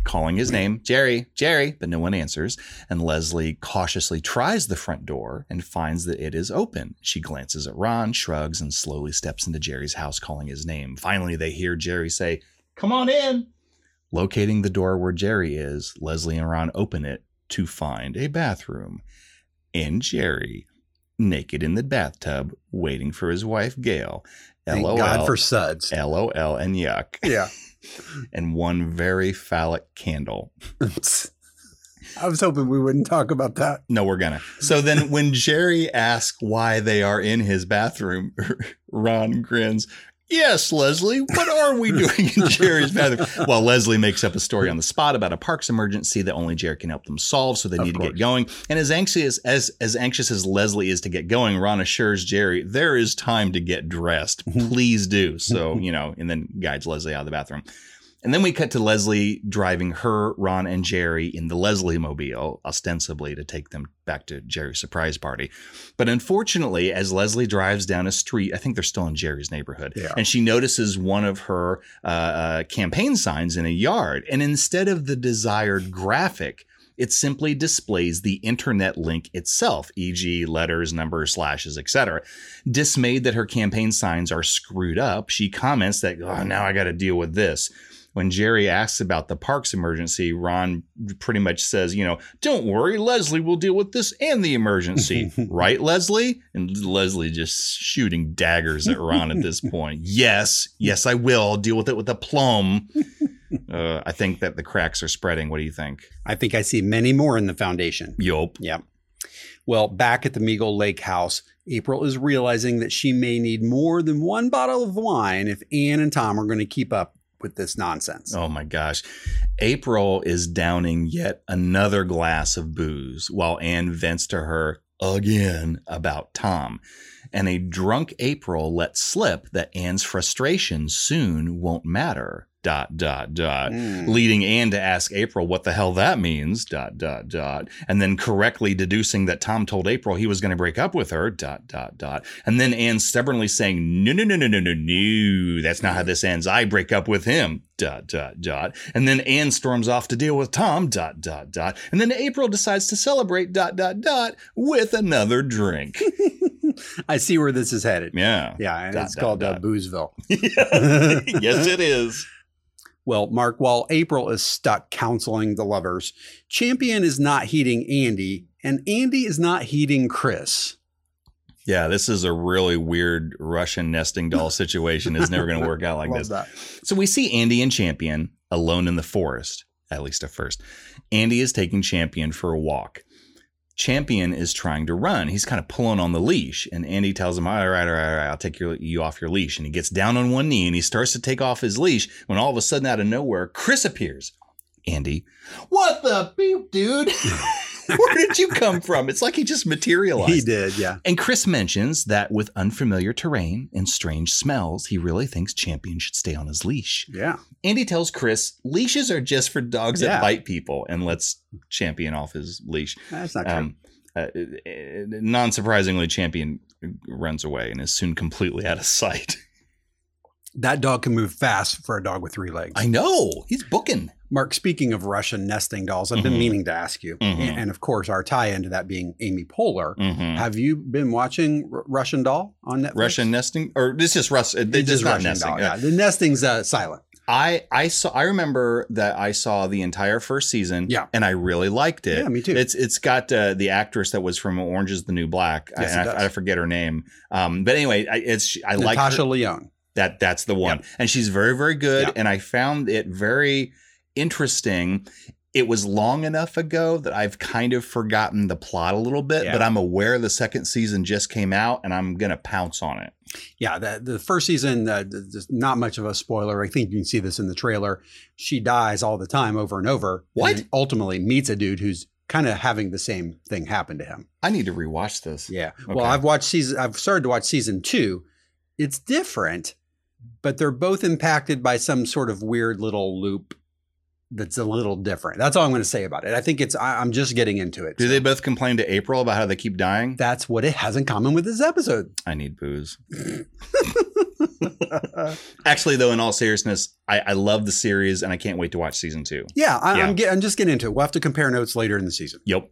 S2: calling his name, Jerry, Jerry, but no one answers. And Leslie cautiously tries the front door and finds that it is open. She glances at Ron, shrugs, and slowly steps into Jerry's house, calling his name. Finally, they hear Jerry say, Come on in. Locating the door where Jerry is, Leslie and Ron open it to find a bathroom and Jerry naked in the bathtub waiting for his wife, Gail.
S1: Thank
S2: LOL.
S1: God for suds.
S2: LOL and yuck.
S1: Yeah.
S2: And one very phallic candle.
S1: I was hoping we wouldn't talk about that.
S2: No, we're gonna. So then, when Jerry asks why they are in his bathroom, Ron grins. Yes, Leslie, what are we doing in Jerry's bathroom? While Leslie makes up a story on the spot about a parks emergency that only Jerry can help them solve, so they
S1: Of
S2: need to
S1: course.
S2: get going. And as anxious as as anxious as Leslie is to get going, Ron assures Jerry there is time to get dressed.
S1: Mm-hmm.
S2: Please do. So you know, and then guides Leslie out of the bathroom. And then we cut to Leslie driving her, Ron, and Jerry in the Leslie mobile, ostensibly to take them back to Jerry's surprise party. But unfortunately, as Leslie drives down a street, I think they're still in Jerry's neighborhood,
S1: Yeah.
S2: and she notices one of her uh, uh, campaign signs in a yard. And instead of the desired graphic, it simply displays the internet link itself, e.g., letters, numbers, slashes, etc. Dismayed that her campaign signs are screwed up, she comments that, oh, now I got to deal with this. When Jerry asks about the parks emergency, Ron pretty much says, you know, don't worry, Leslie will deal with this and the emergency. right, Leslie? And Leslie just shooting daggers at Ron at this point. Yes, yes, I will. I'll deal with it with a plum. Uh, I think that the cracks are spreading. What do you think?
S1: I think I see many more in the foundation.
S2: Yup.
S1: Yep. Well, back at the Meagle Lake house, April is realizing that she may need more than one bottle of wine if Anne and Tom are going to keep up with this nonsense.
S2: Oh my gosh. April is downing yet another glass of booze while Anne vents to her again about Tom. And a drunk April lets slip that Anne's frustration soon won't matter. Dot, dot, dot.
S1: Hmm. Mm-hmm.
S2: Leading Anne to ask April what the hell that means. Dot, dot, dot. And then correctly deducing that Tom told April he was going to break up with her. Dot, dot, dot. And then Anne stubbornly saying, no, no, no, no, no, no, no. That's not how this ends. I break up with him. Dot, dot, dot. And then Anne storms off to deal with Tom. Dot, dot, dot. And then April decides to celebrate. Dot, dot, dot with another drink.
S1: I see where this is headed.
S2: Yeah.
S1: Yeah, and
S2: Dot,
S1: it's
S2: dot,
S1: called Uh,
S2: dot.
S1: Boozeville.
S2: yes, it is.
S1: Well, Mark, while April is stuck counseling the lovers, Champion is not heeding Andy, and Andy is not heeding Chris.
S2: Yeah, this is a really weird Russian nesting doll situation. It's never going to work out like
S1: Love
S2: this.
S1: that.
S2: So we see Andy and Champion alone in the forest, at least at first. Andy is taking Champion for a walk. Champion is trying to run. He's kind of pulling on the leash, and Andy tells him, "All right, all right, all right, I'll take your, you off your leash." And he gets down on one knee and he starts to take off his leash. When all of a sudden, out of nowhere, Chris appears. Andy, what the beep, dude? Where did you come from? It's like he just materialized.
S1: He did, yeah.
S2: And Chris mentions that with unfamiliar terrain and strange smells, he really thinks Champion should stay on his leash.
S1: Yeah.
S2: Andy tells Chris leashes are just for dogs
S1: Yeah.
S2: that bite people and lets Champion off his leash.
S1: That's not true.
S2: Um, uh, non surprisingly, Champion runs away and is soon completely out of sight.
S1: that dog can move fast for a dog with three legs.
S2: I know he's booking.
S1: Mark, speaking of Russian nesting dolls, I've been
S2: Mhm.
S1: meaning to ask you,
S2: Mhm.
S1: and of course, our tie into that being Amy Poehler.
S2: Mhm.
S1: Have you been watching R- Russian Doll on Netflix?
S2: Russian nesting, or this is Russ. They
S1: It's
S2: just
S1: just
S2: not
S1: Russian
S2: nesting.
S1: Doll.
S2: Yeah.
S1: Yeah. The nesting's uh, silent.
S2: I I saw I remember that I saw the entire first season.
S1: Yeah.
S2: and I really liked it.
S1: Yeah, me too.
S2: It's it's got uh, the actress that was from Orange Is the New Black.
S1: Yes,
S2: I,
S1: it does.
S2: I, I forget her name. Um, but anyway, I, it's I like
S1: Natasha Leone.
S2: that that's the one, and she's very very good.
S1: Yeah.
S2: And I found it very interesting. It was long enough ago that I've kind of forgotten the plot a little bit,
S1: Yeah.
S2: but I'm aware the second season just came out, and I'm gonna pounce on it.
S1: Yeah, the, the first season, uh, th- there's not much of a spoiler. I think you can see this in the trailer. She dies all the time, over and over.
S2: What?
S1: And then ultimately meets a dude who's kind of having the same thing happen to him.
S2: I need to rewatch this.
S1: Yeah.
S2: Okay.
S1: Well, I've watched season. I've started to watch season two. It's different, but they're both impacted by some sort of weird little loop that's a little different. That's all I'm going to say about it. I think it's. I, I'm just getting into it.
S2: Do they both complain to April about how they keep dying?
S1: That's what it has in common with this episode.
S2: I need booze. Actually, though, in all seriousness, I, I love the series and I can't wait to watch season two.
S1: Yeah, I,
S2: Yeah.
S1: I'm, get, I'm just getting into it. We'll have to compare notes later in the season.
S2: Yep.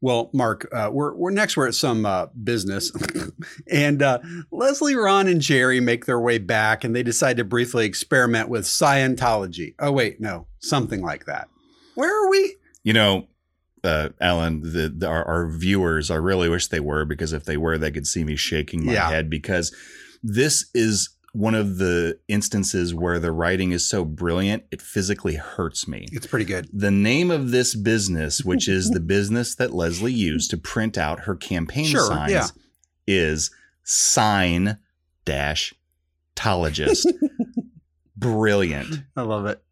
S1: Well, Mark, uh, we're, we're next. We're at some uh, business, and uh, Leslie, Ron, and Jerry make their way back, and they decide to briefly experiment with Scientology. Oh wait, no, something like that. Where are we?
S2: You know, uh, Alan, the, the, our, our viewers, I really wish they were because if they were, they could see me shaking my
S1: Yeah.
S2: head because this is one of the instances where the writing is so brilliant, it physically hurts me.
S1: It's pretty good.
S2: the name of this business, which is the business that Leslie used to print out her campaign
S1: Sure,
S2: signs,
S1: yeah.
S2: is sign dash tologist. Brilliant.
S1: I love it.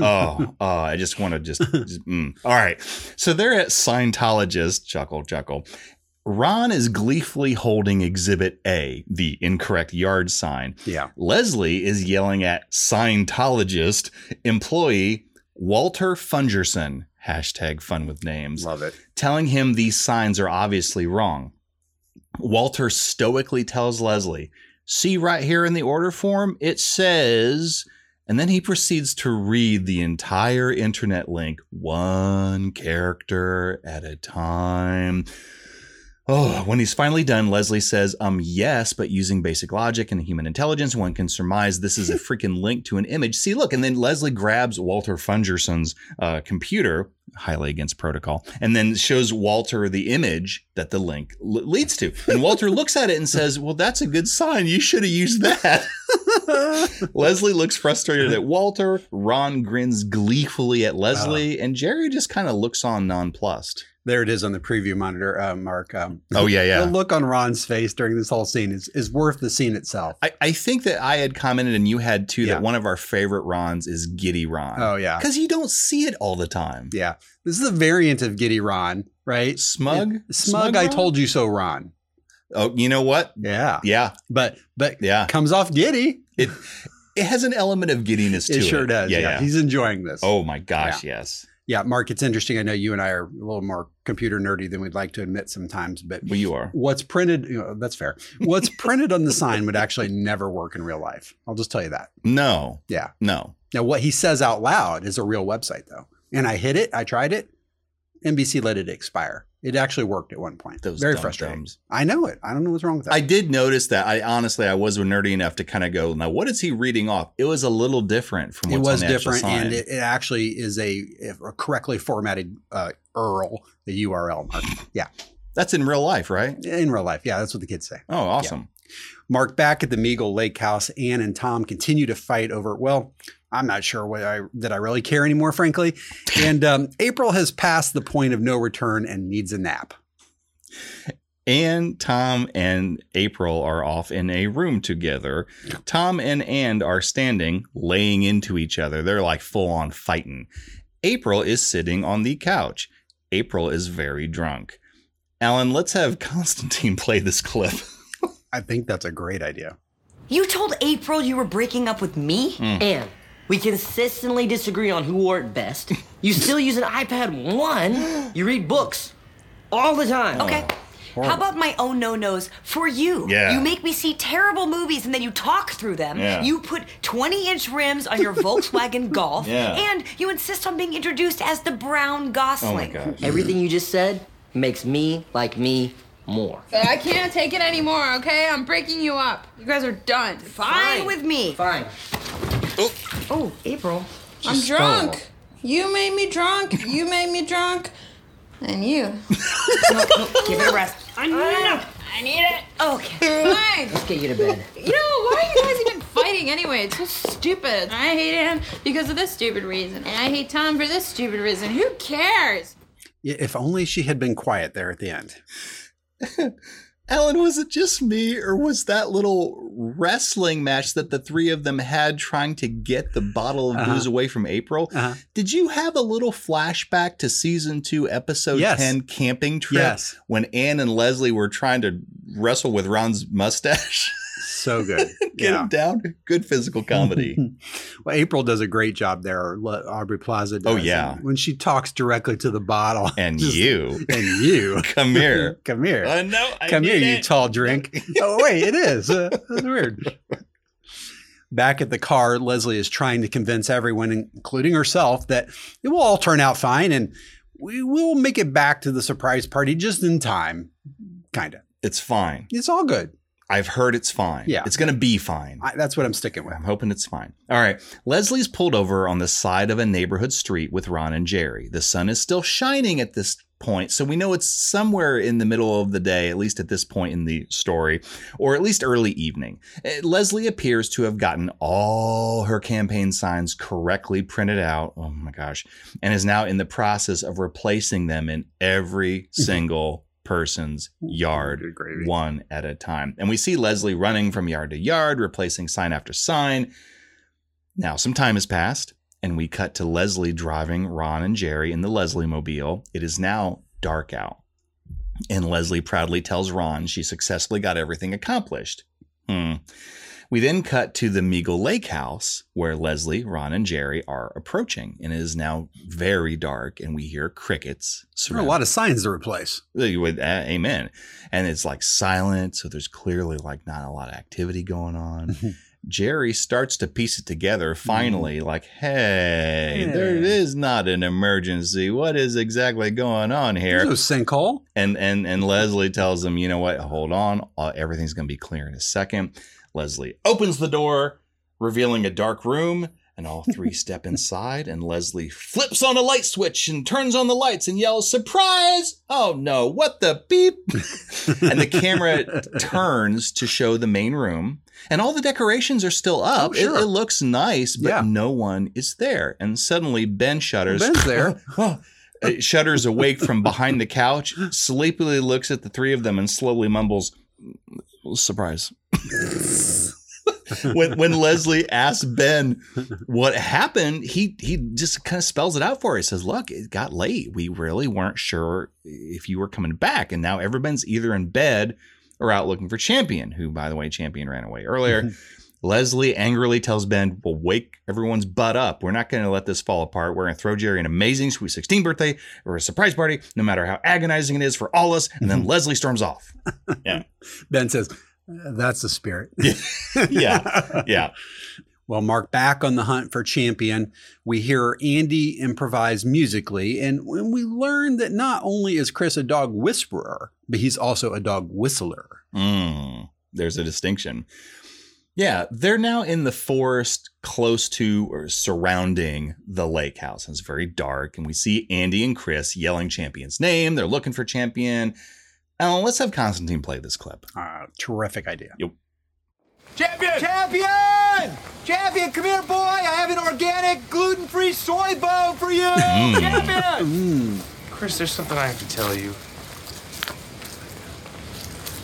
S2: Oh, oh, I just want to just, just mm. all right. So they're at Scientologist, chuckle, chuckle. Ron is gleefully holding exhibit A, the incorrect yard sign.
S1: yeah.
S2: Leslie is yelling at Scientologist employee Walter Fungerson, hashtag fun with names,
S1: Love it.
S2: telling him these signs are obviously wrong. Walter stoically tells Leslie, See right here in the order form, it says, and then he proceeds to read the entire internet link, one character at a time. Oh, when he's finally done, Leslie says, um, yes, but using basic logic and human intelligence, one can surmise this is a freaking link to an image. See, look, and then Leslie grabs Walter Fungerson's uh, computer, highly against protocol, and then shows Walter the image that the link l- leads to. And Walter looks at it and says, well, that's a good sign. You should have used that. Leslie looks frustrated at Walter. Ron grins gleefully at Leslie, and Jerry just kind of looks on nonplussed.
S1: There it is on the preview monitor, uh, Mark. Um,
S2: Oh, yeah, yeah.
S1: The look on Ron's face during this whole scene is, is worth the scene itself.
S2: I, I think that I had commented and you had too
S1: Yeah.
S2: that one of our favorite Rons is Giddy Ron.
S1: oh yeah,
S2: Because you don't see it all the time.
S1: yeah. This is a variant of Giddy Ron, right?
S2: Smug?
S1: Smug. I
S2: Ron?
S1: told you so, Ron.
S2: Oh, you know what?
S1: Yeah,
S2: Yeah.
S1: but but
S2: Yeah.
S1: comes off giddy.
S2: It it has an element of giddiness to
S1: It
S2: it.
S1: sure does. Yeah,
S2: Yeah. yeah.
S1: he's enjoying this.
S2: oh my gosh, yes.
S1: yeah, Mark. It's interesting. I know you and I are a little more computer nerdy than we'd like to admit sometimes, but
S2: Well, you are.
S1: what's printed you know, that's fair. What's printed on the sign would actually never work in real life. I'll just tell you that.
S2: No.
S1: Yeah.
S2: No.
S1: Now, what he says out loud is a real website though, and I hit it. I tried it. NBC let it expire. It actually worked at one point.
S2: Those
S1: Very
S2: dumb
S1: frustrating.
S2: drums.
S1: I know it. I don't know what's wrong with that.
S2: I did notice that. I honestly, I was nerdy enough to kind of go, now what is he reading off? It was a little different from
S1: it
S2: what's
S1: was
S2: on the actual
S1: different
S2: sign.
S1: and it, it actually is a, if a correctly formatted uh, url the url mark yeah
S2: That's in real life, right?
S1: in real life yeah that's what the kids say
S2: Oh, awesome.
S1: mark back at the meagle lake house anne and tom continue to fight over well i'm not sure what i that i really care anymore frankly and um, april has passed the point of no return and needs a nap
S2: Anne, Tom, and April are off in a room together. Tom and Anne are standing, laying into each other. They're like full on fighting. April is sitting on the couch. April is very drunk. Alan, let's have Constantine play this clip.
S1: i think that's a great idea
S4: You told April you were breaking up with me?
S2: Hmm.
S8: Anne, we consistently disagree on who wore it best. You still use an iPad 1. You read books all the time.
S4: Okay. How about my own no nos for you?
S2: Yeah.
S4: You make me see terrible movies and then you talk through them.
S2: Yeah.
S4: You put 20 inch rims on your Volkswagen Golf.
S2: Yeah.
S4: And you insist on being introduced as the brown gosling.
S2: Oh my gosh.
S8: Everything you just said makes me like me more.
S7: But I can't take it anymore, okay? I'm breaking you up. You guys are done.
S4: Fine with me.
S8: Fine.
S4: Oh, April.
S7: I'm drunk. You made me drunk. You made me drunk. And you.
S4: Give it a rest.
S7: I need it.
S4: Okay.
S7: Fine.
S8: Let's get you to bed.
S7: You know, why are you guys even fighting anyway? It's so stupid. I hate him because of this stupid reason. And I hate Tom for this stupid reason. Who cares?
S1: Y- if only she had been quiet there at the end
S2: Alan, was it just me, or was that little wrestling match that the three of them had trying to get the bottle of booze away from
S1: Uh-huh.
S2: April? Did you have a little flashback to season two, episode
S1: Yes.
S2: 10 camping trip
S1: Yes.
S2: when Anne and Leslie were trying to wrestle with Ron's mustache?
S1: so good
S2: get him down? Good physical comedy.
S1: Well, April does a great job there. or Le- Aubrey Plaza. Does.
S2: Oh, yeah.
S1: And when she talks directly to the bottle
S2: and
S1: just-
S2: you,
S1: and you
S2: come here.
S1: come here,
S2: know. I
S1: come here,
S2: need
S1: you
S2: it.
S1: tall drink. oh wait, it is. Uh, that's weird. Back at the car, Leslie is trying to convince everyone, including herself, that it will all turn out fine and we will make it back to the surprise party just in time. Kind of.
S2: It's fine.
S1: It's all good.
S2: I've heard it's fine.
S1: Yeah.
S2: It's going to be fine.
S1: I, that's what I'm sticking with.
S2: I'm hoping it's fine. All right. Leslie's pulled over on the side of a neighborhood street with Ron and Jerry. The sun is still shining at this point, so we know it's somewhere in the middle of the day, at least at this point in the story, or at least early evening. Eh, Leslie appears to have gotten all her campaign signs correctly printed out. Oh my gosh. And is now in the process of replacing them in every single person's yard
S1: Mm-hmm. Good gravy.
S2: one at a time. And we see Leslie running from yard to yard, replacing sign after sign. Now, some time has passed, and we cut to Leslie driving Ron and Jerry in the Leslie mobile. It is now dark out. And Leslie proudly tells Ron she successfully got everything accomplished. Hmm. We then cut to the Meagle Lake House, where Leslie, Ron, and Jerry are approaching, and it is now very dark, and we hear crickets.
S1: There are a lot of signs to replace.
S2: You would, a- amen. And it's like silent, so there's clearly like not a lot of activity going on. Jerry starts to piece it together finally, like, hey, there is not an emergency. What is exactly going on here?
S1: There's no sinkhole.
S2: and and and Leslie tells him, you know what? Hold on, uh, everything's going to be clear in a second. Leslie opens the door, revealing a dark room, and all three step inside. And Leslie flips on a light switch and turns on the lights and yells, "Surprise! Oh no! What the beep!" and the camera turns to show the main room. And all the decorations are still up.
S1: Oh,
S2: It-
S1: sure.
S2: it, looks nice, but
S1: Yeah.
S2: no one is there. And suddenly Ben shudders.
S1: Ben's there.
S2: Uh, shudders awake from behind the couch, sleepily looks at the three of them and slowly mumbles, "Surprise." when when Leslie asks Ben what happened, he he just kind of spells it out for her. He says, "Look, it got late. We really weren't sure if you were coming back, and now everyone's either in bed or out looking for Champion, who, by the way, Champion ran away earlier." Leslie angrily tells Ben, "Well, wake everyone's butt up. We're not going to let this fall apart. We're going to throw Jerry an amazing sweet 16 birthday or a surprise party, no matter how agonizing it is for all us." And
S1: Mm-hmm.
S2: then Leslie storms off.
S1: Ben says, "Uh, that's the spirit.
S2: Yeah, yeah.
S1: Well, Mark, back on the hunt for champion, we hear Andy improvise musically, and when we learn that not only is Chris a dog whisperer, but he's also a dog whistler.
S2: Mm, there's a distinction. Yeah, they're now in the forest close to or surrounding the lake house. It's very dark, and we see Andy and Chris yelling Champion's name. They're looking for Champion. Alan, let's have Constantine play this clip.
S1: Uh, terrific idea.
S9: Champion!
S11: Champion! Champion, come here, boy. I have an organic, gluten-free soy bone for you. Champion!
S5: Mm. Chris, there's something I have to tell you.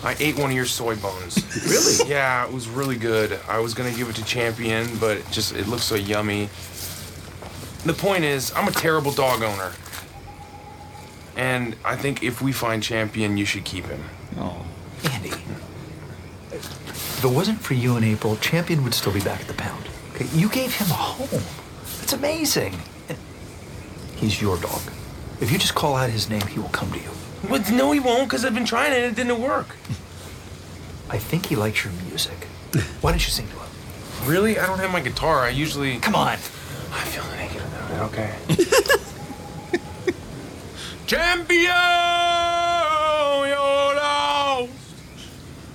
S5: I ate one of your soy bones. really? Yeah, it was really good. I was gonna give it to Champion, but it just it looks so yummy. The point is, I'm a terrible dog owner. And I think if we find Champion, you should keep him.
S2: Oh,
S11: Andy, if it wasn't for you in April, Champion would still be back at the pound. Okay, you gave him a home. That's amazing. And he's your dog. If you just call out his name, he will come to you.
S5: But no, he won't, because I've been trying it and it didn't work.
S11: I think he likes your music. Why don't you sing to him?
S5: Really? I don't have my guitar. I usually.
S11: Come on.
S5: I feel naked about it. Okay. Champion, you're lost.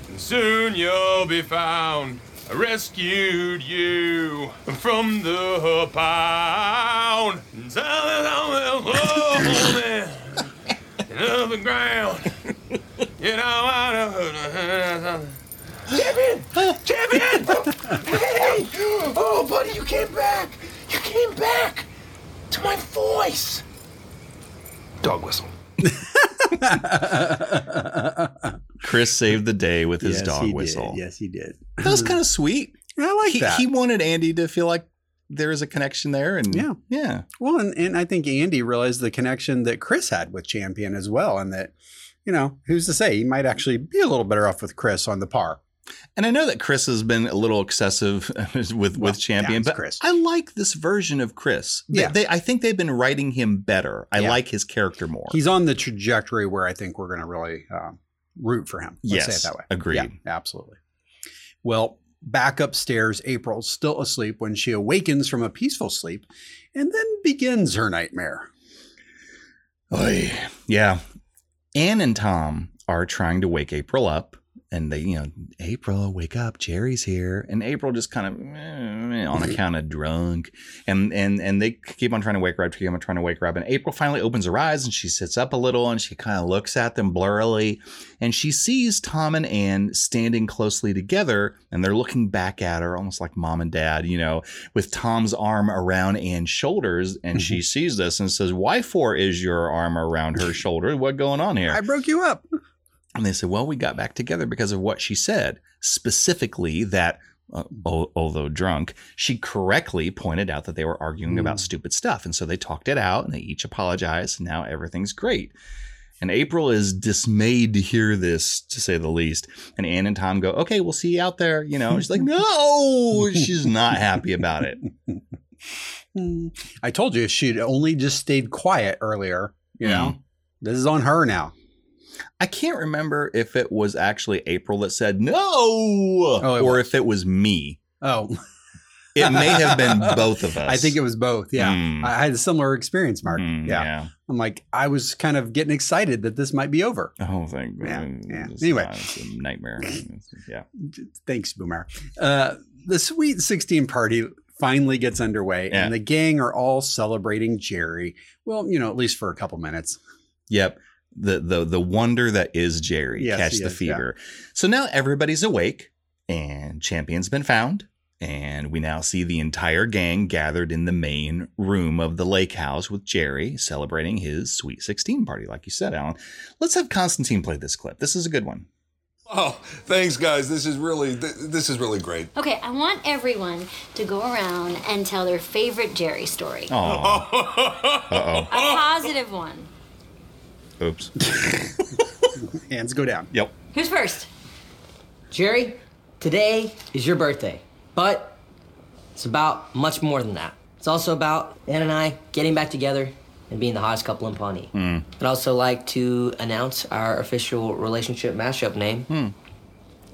S5: And soon you'll be found. I rescued you from the pound. And so I will hold it to the ground. You know, I
S11: Champion! Champion! hey! Oh, buddy, you came back! You came back to my voice! Dog whistle.
S2: Chris saved the day with his dog whistle.
S1: Yes, he did.
S2: That was kind of sweet.
S1: Hmm. I like
S2: He,
S1: that.
S2: he wanted Andy to feel like there is a connection there, and
S1: Yeah.
S2: yeah,
S1: well, and, and I think Andy realized the connection that Chris had with Champion as well, and that, you know, who's to say he might actually be a little better off with Chris on the par.
S2: And I know that Chris has been a little excessive with
S1: Well,
S2: with Champion,
S1: yeah, it's
S2: but
S1: Chris.
S2: I like this version of Chris. They-
S1: Yeah.
S2: they, I think they've been writing him better. I
S1: Yeah.
S2: like his character more.
S1: He's on the trajectory where I think we're going to really uh, root for him. Let's
S2: Yes,
S1: say it that way.
S2: agreed.
S1: Yeah, absolutely. Well, Back upstairs, April, still asleep, when she awakens from a peaceful sleep and then begins her nightmare.
S2: Oy. Yeah. Anne and Tom are trying to wake April up. And they, you know, April, wake up, Jerry's here. And April just kind of eh, on account of drunk. And and and they keep on trying to wake her up, keep on trying to wake her up. And April finally opens her eyes and she sits up a little and she kind of looks at them blurrily. And she sees Tom and Anne standing closely together and they're looking back at her, almost like mom and dad, you know, with Tom's arm around Anne's shoulders. And she sees this and says, Why for is your arm around her shoulder? What going on here?
S1: I broke you up.
S2: And they said, well, we got back together because of what she said, specifically that, uh, al- although drunk, she correctly pointed out that they were arguing
S12: Mm.
S1: Hmm.
S2: about stupid stuff. And so they talked it out and they each apologized. And now everything's great. And April is dismayed to hear this, to say the least. And Anne and Tom go, okay, we'll see you out there. You know, she's like, no, she's not happy about it.
S1: Hmm. I told you if she'd only just stayed quiet earlier, you know, this is on her now.
S2: I can't remember if it was actually April that said no or if it was me.
S1: Oh.
S2: It may have been both of us.
S1: I think it was both. Yeah.
S2: Mm.
S1: I had a similar experience, Mark. yeah.
S2: Hmm, yeah.
S1: I'm like, I was kind of getting excited that this might be over.
S2: Oh, thank
S1: Yeah. yeah.
S2: It's
S1: Anyway.
S2: not- it's a nightmare. yeah.
S1: Thanks, Boomer. Uh, the Sweet 16 party finally gets underway, and the gang are all celebrating Jerry. Well, you know, at least for a couple minutes.
S2: Yep. The the the wonder that is Jerry.
S1: Yes,
S2: Catch
S1: he
S2: the
S1: is, yeah.
S2: fever. So now everybody's awake and champion's been found. And we now see the entire gang gathered in the main room of the lake house with Jerry celebrating his sweet 16 party, like you said, Alan. Let's have Constantine play this clip. This is a good one.
S13: Oh, thanks, guys. This is really th- this is really great.
S3: Okay, I want everyone to go around and tell their favorite Jerry story.
S2: Uh
S3: A positive one.
S2: oh. Oops.
S1: Hands go down.
S2: Yep.
S3: Who's first?
S8: Jerry, today is your birthday, but it's about much more than that. It's also about Ann and I getting back together and being the hottest couple in Pawnee.
S12: Mm.
S8: I'd also like to announce our official relationship mashup name.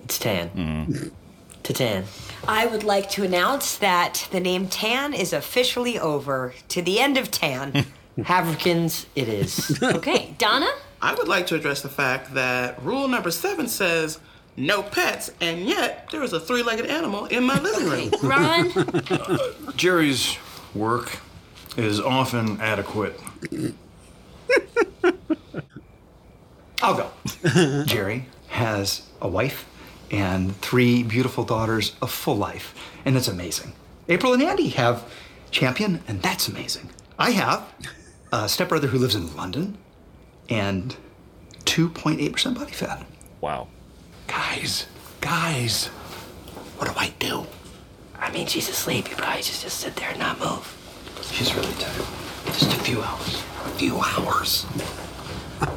S8: It's Tan. To Tan.
S4: I would like to announce that the name Tan is officially over. To the end of Tan.
S8: Haverkins, it is.
S3: okay, Donna?
S10: I would like to address the fact that rule number seven says no pets, and yet there is a three legged animal in my living room.
S3: Ron?
S14: Jerry's work is often adequate.
S11: I'll go. Jerry has a wife and three beautiful daughters, a full life, and it's amazing. April and Andy have Champion, and that's amazing. I have a stepbrother who lives in London and 2.8% body fat.
S2: Wow.
S11: Guys, guys, what do I do?
S8: I mean, she's asleep. You probably just, just sit there and not move.
S11: She's really tired. Just a few hours. A few hours.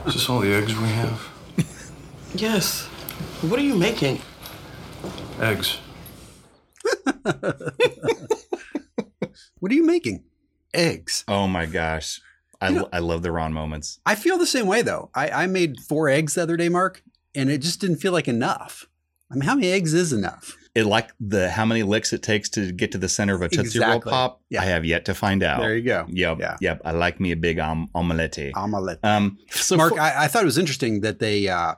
S14: Is this all the eggs we have?
S10: Yes. What are you making?
S14: Eggs.
S1: What are you making? Eggs.
S2: Oh my gosh. I,
S1: You know-
S2: I love the Ron moments.
S1: I feel the same way, though. I, I made four eggs the other day, Mark, and it just didn't feel like enough. I mean, how many eggs is enough?
S2: It like the how many licks it takes to get to the center of a Tootsie Roll
S1: Exactly.
S2: pop. I have yet to find out.
S1: There you go.
S2: Yep. Yep. I like me a big um, omelette.
S1: Omelette.
S2: Um, so
S1: Mark,
S2: for-
S1: I, I thought it was interesting that they uh,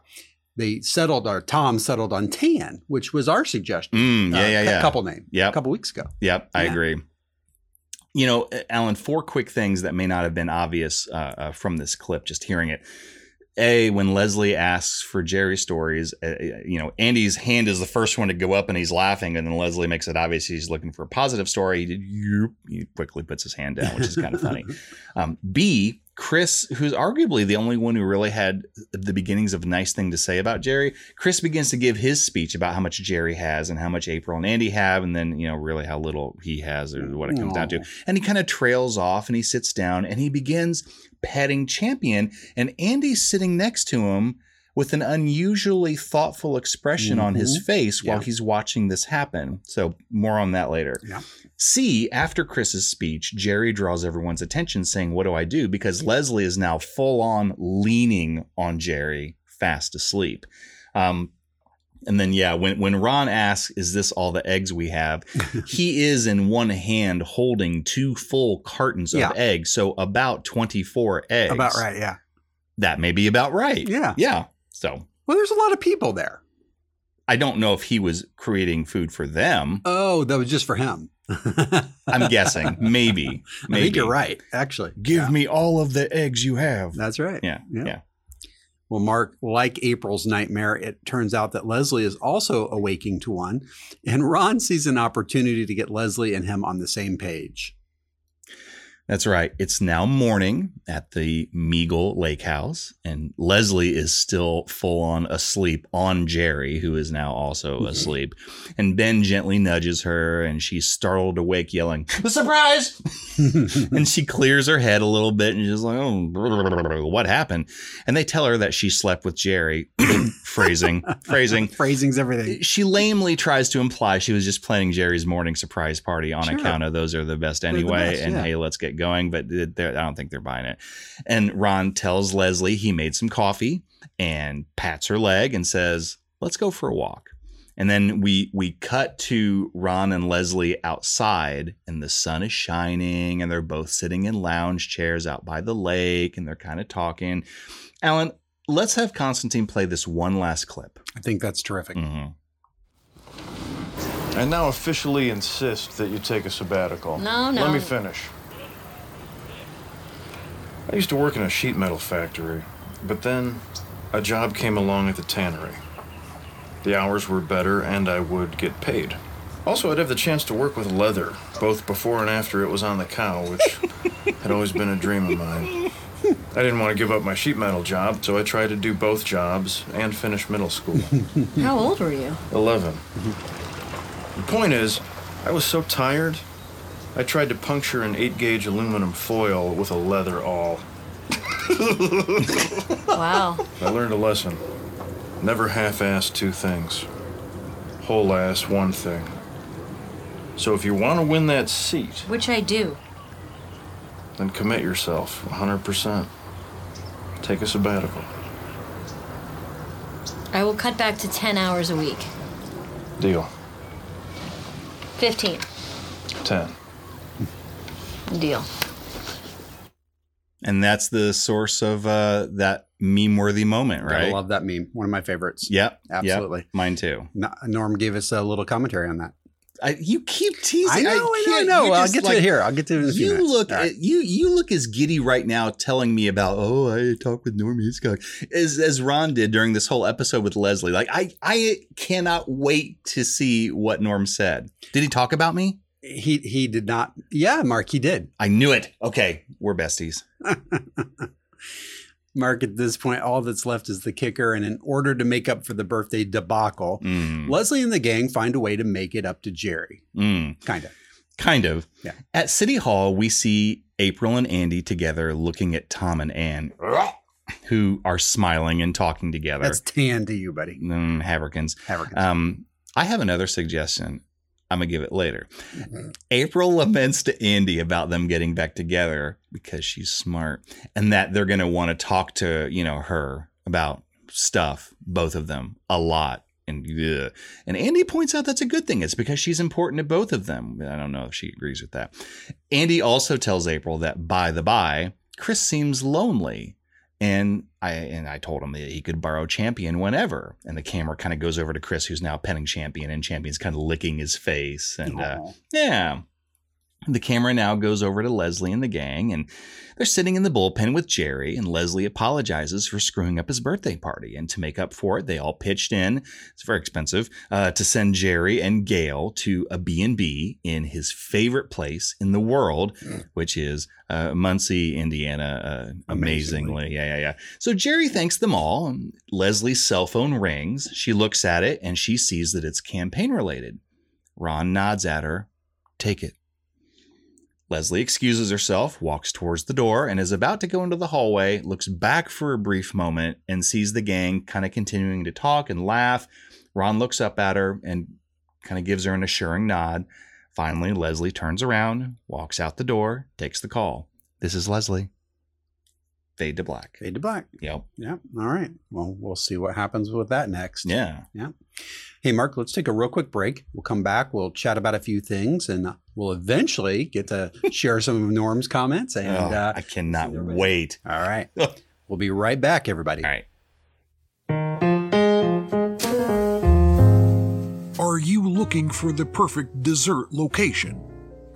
S1: they settled or Tom settled on tan, which was our suggestion.
S2: Mm, yeah,
S1: uh,
S2: yeah,
S1: cu-
S2: yeah.
S1: Couple name.
S2: Yep.
S1: A couple weeks ago.
S2: Yep, I agree. You know, Alan, four quick things that may not have been obvious uh, uh, from this clip, just hearing it. A, when Leslie asks for Jerry stories, uh, uh, you know, Andy's hand is the first one to go up and he's laughing. And then Leslie makes it obvious he's looking for a positive story. He, yoop, he quickly puts his hand down, which is kind of funny. Um, B, Chris, who's arguably the only one who really had the beginnings of nice thing to say about Jerry, Chris begins to give his speech about how much Jerry has and how much April and Andy have, and then you know really how little he has or what it comes down to. And he kind of trails off and he sits down and he begins petting Champion, and Andy's sitting next to him with an unusually thoughtful expression on his
S1: Mm-hmm.
S12: Mhm.
S2: face while
S12: Yeah.
S2: he's watching this happen. So more on that later. C, after Chris's speech, Jerry draws everyone's attention saying, What do I do? Because Leslie is now full on leaning on Jerry, fast asleep. Um, And then yeah, when when Ron asks, "Is this all the eggs we have?" he is in one hand holding two full cartons
S1: Yeah.
S2: of eggs, so about twenty four eggs.
S1: About right, yeah.
S2: That may be about right.
S1: Yeah.
S2: yeah. So
S1: well, there's a lot of people there.
S2: I don't know if he was creating food for them.
S1: Oh, that was just for him.
S2: I'm guessing, maybe,
S1: I
S2: maybe
S1: think you're right, actually.
S2: Give me all of the eggs you have.
S1: That's right.
S2: Yeah, yeah.
S1: Well, Mark, like April's nightmare, it turns out that Leslie is also awaking to one, and Ron sees an opportunity to get Leslie and him on the same page.
S2: That's right. It's now morning at the Meagle Lake House, and Leslie is still full on asleep on Jerry, who is now also asleep. And Ben gently nudges her, and she's startled awake, yelling, Surprise! and she clears her head a little bit and she's like, oh, what happened? And they tell her that she slept with Jerry. Phrasing, phrasing.
S1: Phrasing's everything.
S2: She lamely tries to imply she was just planning Jerry's morning surprise party on
S1: Sure.
S2: account of those are the best
S1: They're the
S2: anyway.
S1: best,
S2: and
S1: yeah.
S2: hey, let's get going. But th- they're- I don't think they're buying it. And Ron tells Leslie he made some coffee and pats her leg and says, let's go for a walk. And then we we cut to Ron and Leslie outside, and the sun is shining, and they're both sitting in lounge chairs out by the lake, and they're kind of talking. Alan, let's have Constantine play this one last clip.
S1: I think that's terrific.
S2: Mm-hmm,
S14: I now officially insist that you take a sabbatical.
S3: No, no.
S14: Let me finish. I used to work in a sheet metal factory, but then a job came along at the tannery. The hours were better and I would get paid. Also, I'd have the chance to work with leather, both before and after it was on the cow, which had always been a dream of mine. I didn't want to give up my sheet metal job, so I tried to do both jobs and finish middle school.
S7: How old were you?
S14: 11. The point is, I was so tired, I tried to puncture an 8 gauge aluminum foil with a leather awl.
S3: Wow.
S14: I learned a lesson never half ass two things, whole ass one thing. So if you want to win that seat,
S3: Which I do.
S14: then commit yourself 100%. Take a sabbatical.
S3: I will cut back to 10 hours a week.
S14: Deal.
S3: 15.
S14: 10.
S3: Deal.
S2: And that's the source of uh, that meme worthy moment,
S1: Gotta
S2: right?
S1: love that meme. One of my favorites.
S2: Yep. yep.
S1: Absolutely.
S2: Mine too.
S1: No- Norm gave us a little commentary on that.
S2: I, you keep teasing.
S1: I know, I, know, I
S2: can't-
S1: know.
S2: you're
S1: I'll
S2: just
S1: get to it
S2: like-
S1: here. I'll get to it in a few
S2: you
S1: minutes.
S2: look
S1: All right.
S2: you you look as giddy right now telling me about oh I talked with Norm Hitchcock as as Ron did during this whole episode with Leslie like I I cannot wait to see what Norm said did he talk about me
S1: he he did not yeah Mark he did
S2: I knew it okay we're besties
S1: Mark, at this point, all that's left is the kicker. And in order to make up for the birthday debacle,
S2: Mm-hmm.
S1: Leslie and the gang find a way to make it up to Jerry.
S2: Mm.
S1: Kind of.
S2: Kind of.
S1: Yeah.
S2: At City Hall, we see April and Andy together looking at Tom and Ann, who are smiling and talking together.
S1: That's tan to you, buddy.
S2: Mm, Haverkins.
S1: Haverkins.
S2: Um, I have another suggestion. I'm going to give it later. April laments to Andy about them getting back together because she's smart and that they're going to want to talk to, you know, her about stuff, both of them, a lot. And, ugh. and Andy points out that's a good thing. It's because she's important to both of them. I don't know if she agrees with that. Andy also tells April that, by the by, Chris seems lonely and I and I told him that he could borrow Champion whenever. And the camera kind of goes over to Chris, who's now petting Champion, and Champion's kind of licking his face. And uh, yeah, the camera now goes over to Leslie and the gang, and they're sitting in the bullpen with Jerry. And Leslie apologizes for screwing up his birthday party, and to make up for it, they all pitched in. It's very expensive uh, to send Jerry and Gail to a B and B in his favorite place in the world, which is uh, Muncie, Indiana. Uh, amazingly, yeah, yeah, yeah. So Jerry thanks them all. and Leslie's cell phone rings. She looks at it and she sees that it's campaign related. Ron nods at her. Take it. Leslie excuses herself, walks towards the door, and is about to go into the hallway, looks back for a brief moment, and sees the gang kind of continuing to talk and laugh. Ron looks up at her and kind of gives her an assuring nod. Finally, Leslie turns around, walks out the door, takes the call. This is Leslie. Fade to black.
S1: Fade to black.
S2: Yep.
S1: Yep. All right. Well, we'll see what happens with that next.
S2: Yeah.
S1: Yeah. Hey, Mark, let's take a real quick break. We'll come back. We'll chat about a few things and we'll eventually get to share some of Norm's comments. And
S2: Oh,
S1: uh,
S2: I cannot wait.
S1: All right. we'll be right back, everybody. All
S2: right.
S12: Are you looking for the perfect dessert location?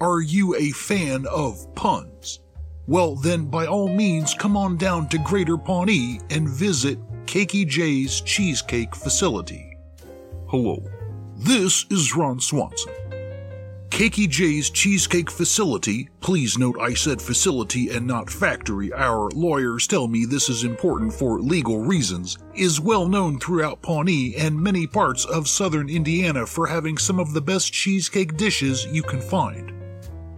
S12: Are you a fan of puns? Well, then, by all means, come on down to Greater Pawnee and visit Cakey J's Cheesecake Facility. Hello, this is Ron Swanson. Cakey J's Cheesecake Facility, please note I said facility and not factory, our lawyers tell me this is important for legal reasons, is well known throughout Pawnee and many parts of southern Indiana for having some of the best cheesecake dishes you can find.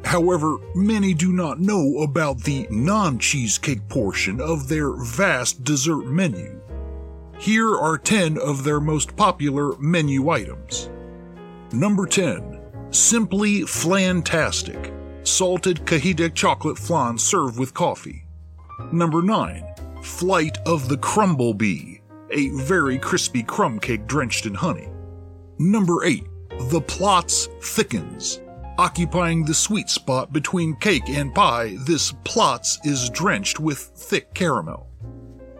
S12: However, many do not know about the non cheesecake portion of their vast dessert menu. Here are 10 of their most popular menu items. Number 10 Simply Flantastic Salted Cahida Chocolate Flan served with coffee. Number 9 Flight of the Crumble Bee A very crispy crumb cake drenched in honey. Number 8 The Plots Thickens Occupying the sweet spot between cake and pie, this Plots is drenched with thick caramel.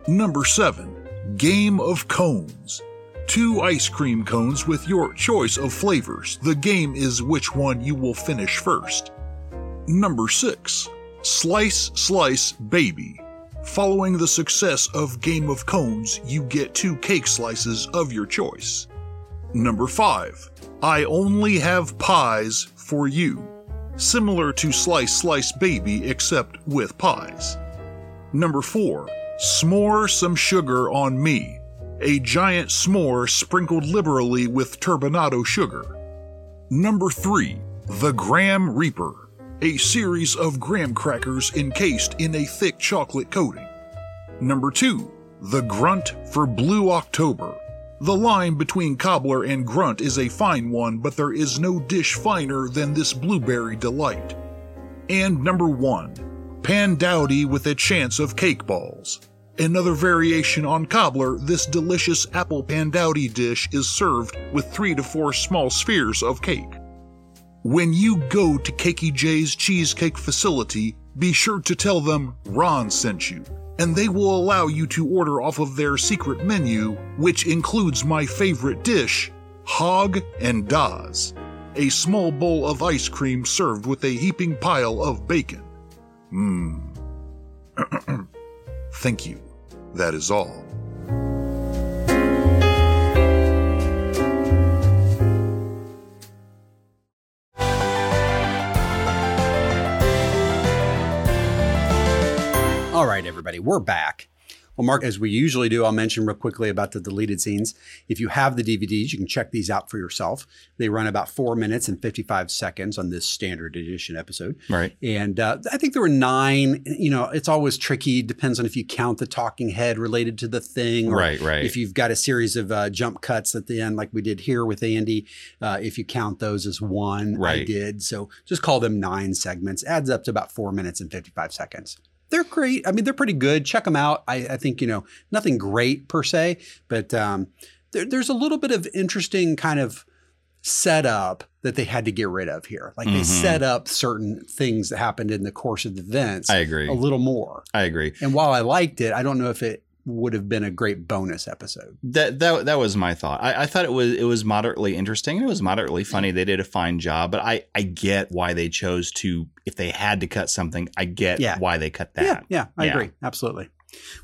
S12: Number 7 Game of Cones Two ice cream cones with your choice of flavors. The game is which one you will finish first. Number 6 Slice Slice Baby. Following the success of Game of Cones, you get two cake slices of your choice. Number 5 I Only Have Pies for You. Similar to Slice Slice Baby, except with pies. Number 4. S'more some sugar on me. A giant s'more sprinkled liberally with turbinado sugar. Number 3. The Graham Reaper. A series of graham crackers encased in a thick chocolate coating. Number 2. The Grunt for Blue October. The line between cobbler and grunt is a fine one, but there is no dish finer than this blueberry delight. And number 1. Pan Dowdy with a chance of cake balls. Another variation on cobbler, this delicious apple pandowdy dish is served with three to four small spheres of cake. When you go to Cakey J's Cheesecake Facility, be sure to tell them Ron sent you, and they will allow you to order off of their secret menu, which includes my favorite dish, Hog and Daz, a small bowl of ice cream served with a heaping pile of bacon. Mmm. Thank you. That is all.
S1: All right, everybody, we're back. Well, Mark, as we usually do, I'll mention real quickly about the deleted scenes. If you have the DVDs, you can check these out for yourself. They run about four minutes and 55 seconds on this standard edition episode.
S2: Right.
S1: And uh, I think there were nine. You know, it's always tricky. Depends on if you count the talking head related to the thing, or
S2: Right, right.
S1: If you've got a series of uh, jump cuts at the end, like we did here with Andy, uh, if you count those as one, I
S2: Right.
S1: did. So just call them nine segments. Adds up to about four minutes and fifty-five seconds. They're great. I mean, they're pretty good. Check them out. I, I think you know nothing great per se, but um, there, there's a little bit of interesting kind of setup that they had to get rid of here. Like they
S2: Mhm.
S1: set up certain things that happened in the course of the events.
S2: I agree.
S1: A little more.
S2: I agree.
S1: And while I liked it, I don't know if it would have been a great bonus episode.
S2: that that that was my thought. I, I thought it was it was moderately interesting. It was moderately funny. They did a fine job, but I I get why they chose to. If they had to cut something, I get
S1: Yeah.
S2: why they cut that.
S1: Yeah, yeah, I
S2: Yeah.
S1: agree. Absolutely.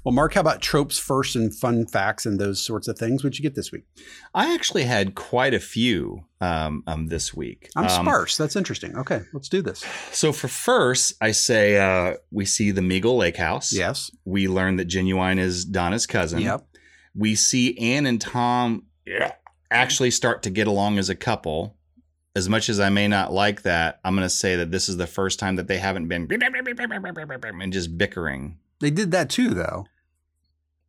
S1: Well, Mark, how about tropes first and fun facts and those sorts of things? What'd you get this week?
S2: I actually had quite a few um, um this week.
S1: I'm
S2: Um,
S1: sparse. That's interesting. Okay, let's do this.
S2: So for first, I say uh, we see the Meagle Lake House.
S1: Yes.
S2: We learn that Genuine is Donna's cousin.
S1: Yep.
S2: We see Anne and Tom yeah, actually start to get along as a couple. As much as I may not like that, I'm going to say that this is the first time that they haven't been and just bickering.
S1: They did that too, though.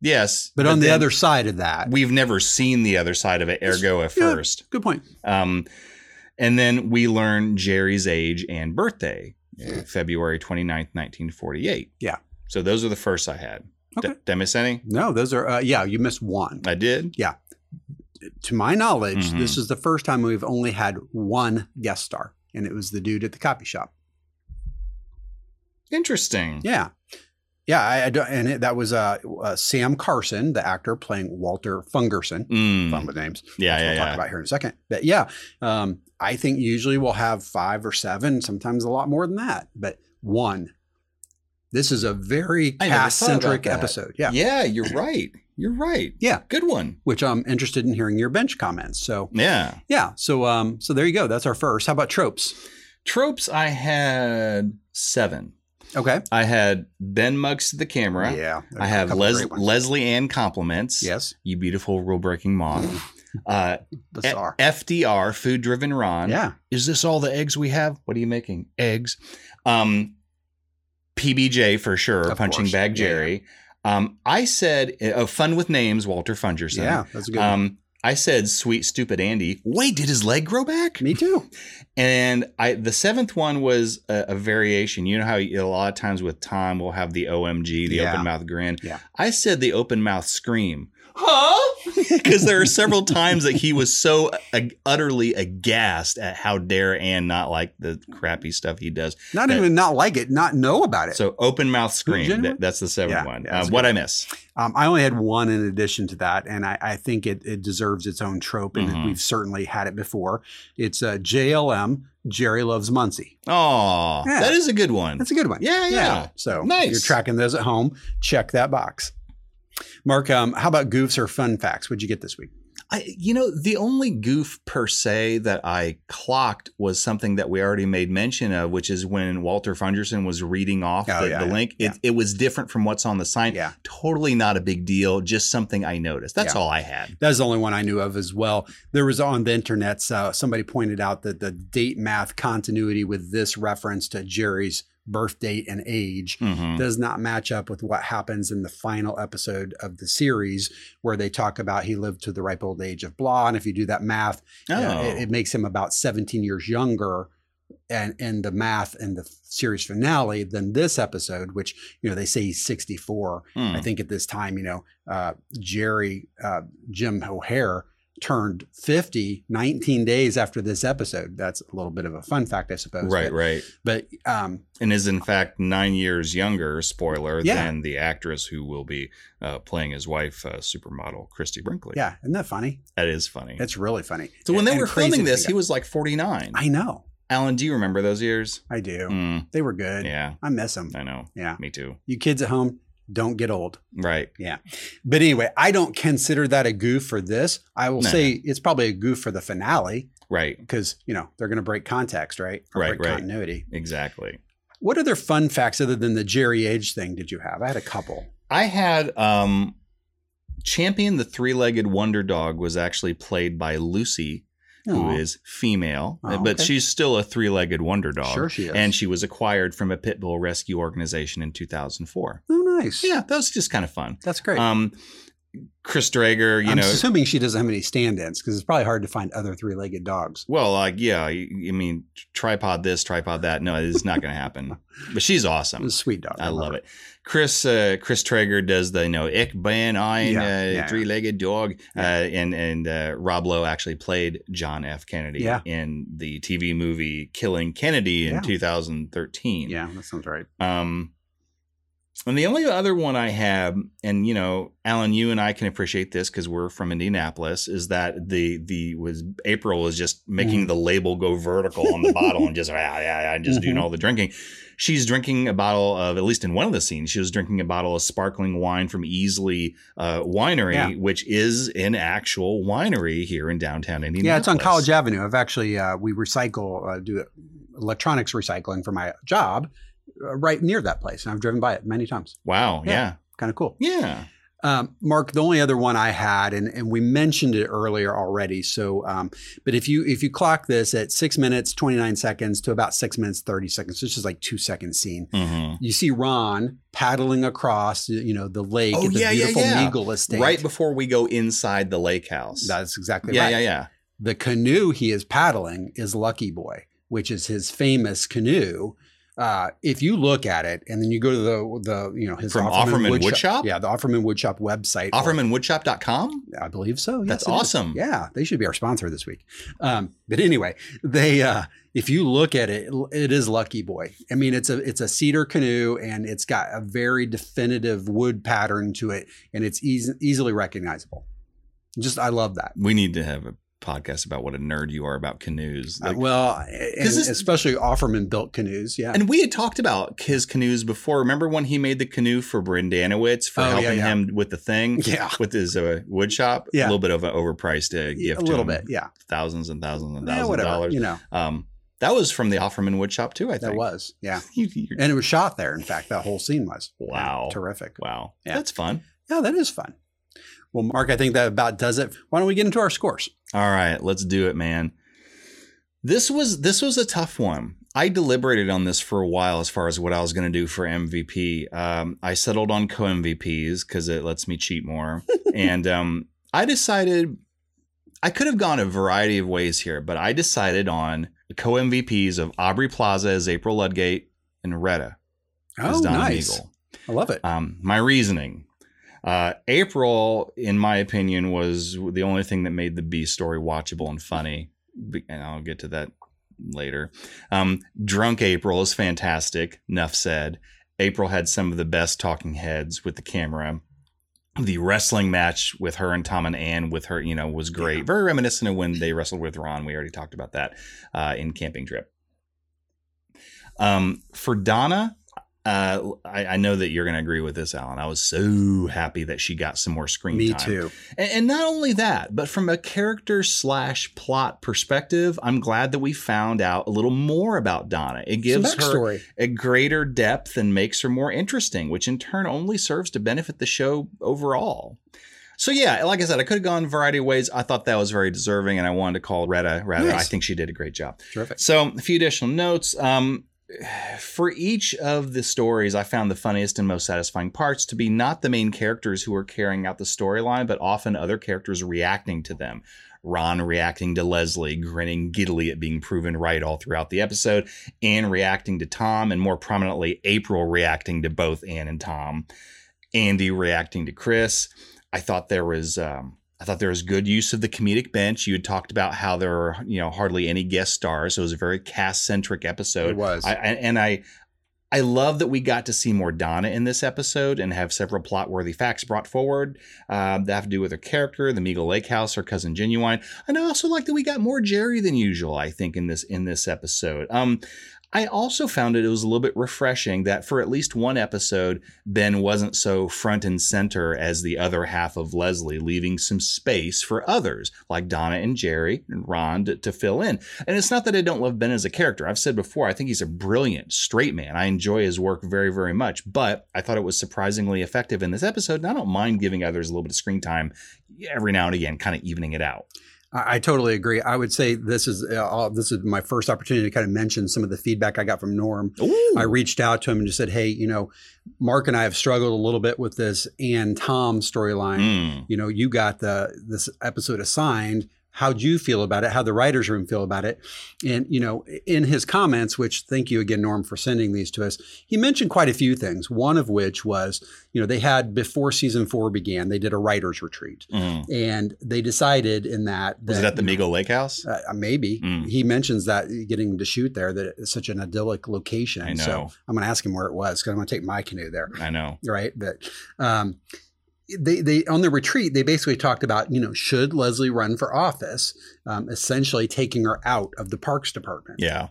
S2: Yes,
S1: But on the
S2: then
S1: other side of that,
S2: we've never seen the other side of it. Ergo, at
S1: Yeah,
S2: first,
S1: Good point.
S2: um, and then we eh, learn Jerry's age and birthday, uh, February 29th, 1948.
S1: Hmm. Yeah.
S2: So those are the first I had. Okay. D- did I miss any?
S1: No, those are, uh, yeah, you missed one.
S2: I did?
S1: Yeah. To my knowledge, this is the first time we've only had one guest star, and it was the dude at the copy shop.
S2: Interesting.
S1: Yeah. Yeah, I, I don't, and it, that was uh, uh, Sam Carson, the actor playing Walter Fungerson.
S2: Mm.
S1: Fun with names.
S2: Hmm. Yeah, yeah,
S1: we'll talk
S2: yeah.
S1: about here in a second. But yeah, um, I think usually we'll have five or seven, sometimes a lot more than that. But one. This is a very
S2: I never thought about
S1: cast centric
S2: that.
S1: episode. Yeah.
S2: Yeah, you're right. You're right.
S1: Yeah.
S2: Good one.
S1: Which I'm interested in hearing your bench comments. So
S2: Yeah.
S1: Yeah. So um so there you go. That's our first. How about tropes?
S2: Tropes I had seven.
S1: Okay.
S2: I had Ben mugs to the camera.
S1: Yeah.
S2: I have Les- Leslie Ann compliments.
S1: Yes.
S2: You beautiful rule breaking mom. uh, Bizarre. FDR, food driven Ron.
S1: Yeah.
S2: Is this all the eggs we have? What are you making? Eggs. Um, PBJ for sure.
S1: Of
S2: punching
S1: course.
S2: bag
S1: Yeah, yeah.
S2: Jerry. Um, I said uh, fun with names. Walter Fungerson.
S1: Yeah, that's a good one.
S2: Um, I said sweet stupid Andy. Wait, did his leg grow back?
S1: Me too.
S2: And I the seventh one was a, a variation. You know how a lot of times with Tom we'll have the OMG, the
S1: Yeah.
S2: open mouth grin.
S1: Yeah.
S2: I said the open mouth scream
S9: Huh?
S2: because there are several times that he was so ag- utterly aghast at how dare Ann not like the crappy stuff he does.
S1: Not
S2: That-
S1: even not like it, not know about it.
S2: So open mouth
S1: Who's
S2: scream.
S1: anyone?
S2: That, that's the seventh
S1: Yeah,
S2: one.
S1: yeah, that's
S2: um, what
S1: good.
S2: I miss.
S1: Um, I only had one in addition to that, and I, I think it, it deserves its own trope, and
S2: Mhm.
S1: we've certainly had it before. It's uh, JLM, Jerry Loves Muncie.
S2: Oh,
S1: Yeah.
S2: that is a good one.
S1: That's a good one.
S2: Yeah, yeah.
S1: So
S2: Nice.
S1: if you're tracking those at home, check that box. Mark, um, how about goofs or fun facts? What'd you get this week?
S2: I, you know, the only goof per se that I clocked was something that we already made mention of, which is when Walter Fungerson was reading off
S1: Oh,
S2: the,
S1: yeah,
S2: the
S1: yeah,
S2: link. It, it was different from what's on the sign.
S1: Yeah.
S2: Totally not a big deal, just something I noticed. That's
S1: Yeah.
S2: all I had.
S1: That's the only one I knew of as well. There was on the internet, uh, somebody pointed out that the date math continuity with this reference to Jerry's birth date and age
S2: Mhm.
S1: does not match up with what happens in the final episode of the series, where they talk about he lived to the ripe old age of blah. And if you do that math, uh,
S2: Oh.
S1: it, it makes him about 17 years younger. And, and the math and the series finale than this episode, which, you know, they say he's 64.
S2: Hmm.
S1: I think at this time, you know, uh, Jerry, uh, Jim O'Hare turned 50 19 days after this episode. That's a little bit of a fun fact, I suppose.
S2: Right,
S1: but,
S2: right.
S1: But um,
S2: And is in fact nine years younger, spoiler,
S1: Yeah.
S2: than the actress who will be uh, playing his wife, uh, supermodel Christy Brinkley.
S1: yeah, isn't that funny?
S2: That is funny.
S1: That's really funny.
S2: so when they
S1: And
S2: were
S1: crazy
S2: filming
S1: to
S2: this,
S1: think
S2: he
S1: of.
S2: was like 49.
S1: I know.
S2: Alan, do you remember those years?
S1: I do.
S2: Mm,
S1: They were good.
S2: yeah,
S1: I miss them.
S2: I know.
S1: Yeah.
S2: Me too.
S1: You kids at home, don't get old.
S2: Right.
S1: Yeah. But anyway, I don't consider that a goof for this. I will
S2: No.
S1: say it's probably a goof for the finale
S2: Right.
S1: because, you know, they're going to break context, right? Or
S2: Right,
S1: break
S2: right.
S1: continuity.
S2: Exactly.
S1: What other fun facts other than the Jerry Age thing did you have? I had a couple.
S2: I had um Champion the three-legged wonder dog was actually played by Lucy, who
S1: Aw.
S2: is female,
S1: Oh,
S2: but
S1: okay.
S2: she's still a three-legged wonder dog.
S1: Sure she is.
S2: And she was acquired from a pit bull rescue organization in 2004.
S1: Oh, nice.
S2: Yeah, that was just kind of fun.
S1: That's great.
S2: Um Chris Drager, you
S1: I'm
S2: know,
S1: assuming she doesn't have any stand-ins because it's probably hard to find other three-legged dogs.
S2: well, like yeah, I I mean, tripod this, tripod that. No, it's not going to happen. But she's awesome.
S1: sweet dog.
S2: I, love, it. Chris uh, Chris Traeger does the you know ich bin ein
S1: Yeah,
S2: uh,
S1: yeah.
S2: three legged dog, uh, and and uh, Rob Lowe actually played John F. Kennedy
S1: Yeah.
S2: in the TV movie Killing Kennedy in
S1: Yeah.
S2: 2013.
S1: Yeah, that sounds right.
S2: Um, and the only other one I have, and you know, Alan, you and I can appreciate this because we're from Indianapolis, is that the the was April was just making
S1: Mm-hmm.
S2: the label go vertical on the bottle and just ah, yeah, yeah, and just doing
S1: Mhm.
S2: all the drinking. She's drinking a bottle of at least in one of the scenes, she was drinking a bottle of sparkling wine from Easley uh, Winery,
S1: Yeah.
S2: which is an actual winery here in downtown Indianapolis.
S1: Yeah, it's on College Avenue. I've actually uh, we recycle uh, do electronics recycling for my job uh, right near that place, and I've driven by it many times.
S2: Wow. Yeah.
S1: kind of cool.
S2: Yeah.
S1: Um, Mark, the only other one I had, and, and we mentioned it earlier already. So, um, but if you if you clock this at six minutes twenty nine seconds to about six minutes thirty seconds, this is like two second scene.
S2: Mhm.
S1: You see Ron paddling across, you know, the lake
S2: Oh,
S1: at the
S2: yeah, yeah,
S1: beautiful
S2: yeah.
S1: Regal estate.
S2: Right before we go inside the lake house.
S1: That's exactly
S2: yeah,
S1: right.
S2: yeah, yeah.
S1: The canoe he is paddling is Lucky Boy, which is his famous canoe Uh, if you look at it and then you go to the the you know his
S2: From Offerman Woodshop?
S1: yeah, the Offerman Woodshop website, or-
S2: OffermanWoodshop.com?
S1: I believe so. Yes,
S2: That's
S1: it is.
S2: awesome.
S1: Yeah, they should be our sponsor this week. Um, but anyway, they uh, if you look at it, it is Lucky Boy. I mean, it's a it's a cedar canoe and it's got a very definitive wood pattern to it, and it's easy, easily recognizable. Just I love that.
S2: We need to have a podcast about what a nerd you are about canoes.
S1: Uh,
S2: Like,
S1: well, and
S2: this-
S1: especially Offerman built canoes. Yeah,
S2: and we had talked about his canoes before. Remember when he made the canoe for Brindanowitz for
S1: Oh, yeah,
S2: helping
S1: yeah.
S2: him with the thing?
S1: Yeah.
S2: With his uh, wood shop?
S1: Yeah.
S2: A little bit of an overpriced uh, gift.
S1: a
S2: to
S1: little
S2: him.
S1: bit. Yeah,
S2: Thousands and thousands and
S1: Yeah,
S2: thousands
S1: whatever,
S2: of dollars.
S1: you know.
S2: Um, that was from the Offerman Wood Shop too, I think.
S1: that was yeah,
S2: You-
S1: and it was shot there. In fact, that whole scene was
S2: Wow.
S1: terrific.
S2: Wow.
S1: Yeah.
S2: That's fun.
S1: Yeah, that is fun. Well, Mark, I think that about does it. Why don't we get into our scores?
S2: All right, let's do it, man. This was this was a tough one. I deliberated on this for a while as far as what I was going to do for MVP. Um, I settled on co MVPs because it lets me cheat more, and um, I decided I could have gone a variety of ways here, but I decided on the co MVPs of Aubrey Plaza as April Ludgate and Retta as
S1: Oh,
S2: Donna
S1: nice.
S2: Meagle.
S1: I love it.
S2: Um, my reasoning. Uh, April, in my opinion, was the only thing that made the B story watchable and funny. Be- And I'll get to that later. Um, Drunk April is fantastic. Nuff said. April had some of the best talking heads with the camera. The wrestling match with her and Tom and Ann with her, you know, was great. Very reminiscent of when they wrestled with Ron. We already talked about that uh, in Camping Trip. Um, for Donna, uh, I, I know that you're going to agree with this, Alan. I was so happy that she got some more screen
S1: Me
S2: time.
S1: too.
S2: And, and not only that, but from a character slash plot perspective, I'm glad that we found out a little more about Donna. It gives her
S1: backstory.
S2: a greater depth and makes her more interesting, which in turn only serves to benefit the show overall. So yeah, like I said, I could have gone a variety of ways. I thought that was very deserving, and I wanted to call Retta. Rather,
S1: Nice.
S2: I think she did a great job.
S1: Terrific.
S2: So a few additional notes. Um, for each of the stories, I found the funniest and most satisfying parts to be not the main characters who are carrying out the storyline, but often other characters reacting to them. Ron reacting to Leslie, grinning giddily at being proven right all throughout the episode, Anne reacting to Tom, and more prominently, April reacting to both Anne and Tom. Andy reacting to Chris. I thought there was um, I thought there was good use of the comedic bench. You had talked about how there were you know hardly any guest stars, so it was a very cast centric episode.
S1: It was.
S2: I, and, and I I love that we got to see more Donna in this episode and have several plot worthy facts brought forward uh, that have to do with her character, the Meagle Lake House, her cousin Genuine. And I also like that we got more Jerry than usual, I think, in this in this episode. Um, I also found it it was a little bit refreshing that for at least one episode, Ben wasn't so front and center as the other half of Leslie, leaving some space for others like Donna and Jerry and Ron to, to fill in. And it's not that I don't love Ben as a character. I've said before, I think he's a brilliant straight man. I enjoy his work very, very much, but I thought it was surprisingly effective in this episode. And I don't mind giving others a little bit of screen time every now and again, kind of evening it out.
S1: I, I totally agree. I would say this is uh, all- this is my first opportunity to kind of mention some of the feedback I got from Norm. I reached out to him and just said, "Hey, you know, Mark and I have struggled a little bit with this and Tom storyline.
S2: Mm.
S1: You know, you got the this episode assigned." How'd you feel about it? How'd the writer's room feel about it? And, you know, in his comments, which thank you again, Norm, for sending these to us, he mentioned quite a few things. One of which was, you know, they had before season four began, they did a writer's retreat. And they decided in that.
S2: mm. Was it
S1: that,
S2: at the Mm.
S1: you know,
S2: Meagle Lake House?
S1: Uh, maybe he mentions that getting to shoot there that it's such an idyllic location.
S2: I know.
S1: So I'm going to ask him where it was because I'm going to take my canoe there.
S2: I know.
S1: Right, but um, they they on the retreat they basically talked about you know should Leslie run for office, um, essentially taking her out of the Parks Department
S2: Yeah.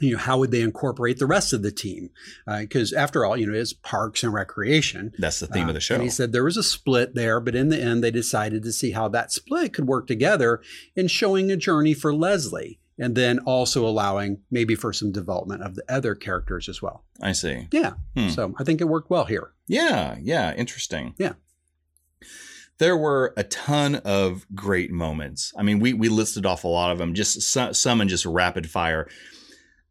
S1: you know how would they incorporate the rest of the team because after all you know it's parks and recreation Uh,
S2: That's the theme of the show.
S1: and he said there was a split there but in the end they decided to see how that split could work together in showing a journey for leslie and then also allowing maybe for some development of the other characters as well
S2: I see.
S1: yeah
S2: Hmm.
S1: so i think it worked well here
S2: Yeah, yeah, interesting.
S1: Yeah.
S2: There were a ton of great moments. I mean, we we listed off a lot of them, just some, some in just rapid fire.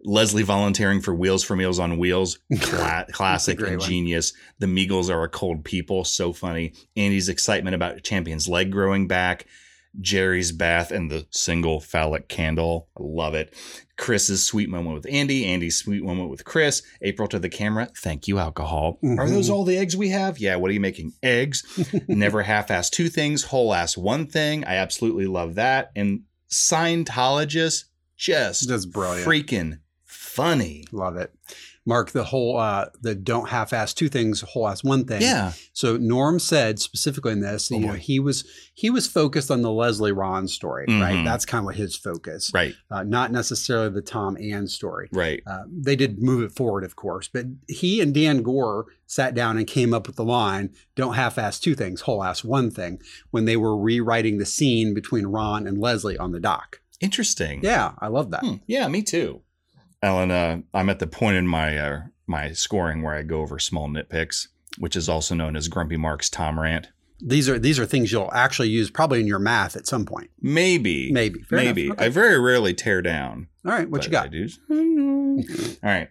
S2: Leslie volunteering for Wheels for Meals on Wheels, cla- classic
S1: great
S2: and
S1: one.
S2: genius. The Meagles are a cold people, so funny. Andy's excitement about Champion's leg growing back. Jerry's bath and the single phallic candle. I love it. Chris's sweet moment with Andy, Andy's sweet moment with Chris, April to the camera. Thank you, alcohol. Are those
S1: Mm-hmm.
S2: all the eggs we have? Yeah, what are you making? Eggs. Never half ass two things, whole ass one thing. I absolutely love that. And Scientologists, just
S1: That's brilliant.
S2: freaking funny.
S1: Love it. Mark, the whole uh the don't half ass two things, whole ass one thing.
S2: Yeah. Oh,
S1: So Norm said specifically in this, you know, he was he was focused on the Leslie Ron story, right?
S2: Mhm.
S1: That's kind of what his focus.
S2: Right.
S1: Uh, not necessarily the Tom Ann story.
S2: Right.
S1: Uh, they did move it forward, of course, but he and Dan Gore sat down and came up with the line don't half ass two things, whole ass one thing when they were rewriting the scene between Ron and Leslie on the dock.
S2: Interesting. Hmm.
S1: Yeah, I love that.
S2: Yeah, me too. Ellen, uh, I'm at the point in my uh, my scoring where I go over small nitpicks, which is also known as Grumpy Mark's Tom rant.
S1: These are these are things you'll actually use probably in your math at some point.
S2: Maybe,
S1: Maybe. Fair enough.
S2: maybe.
S1: Okay.
S2: I very rarely tear down.
S1: All right, what
S2: but
S1: you got?
S2: I do. All right,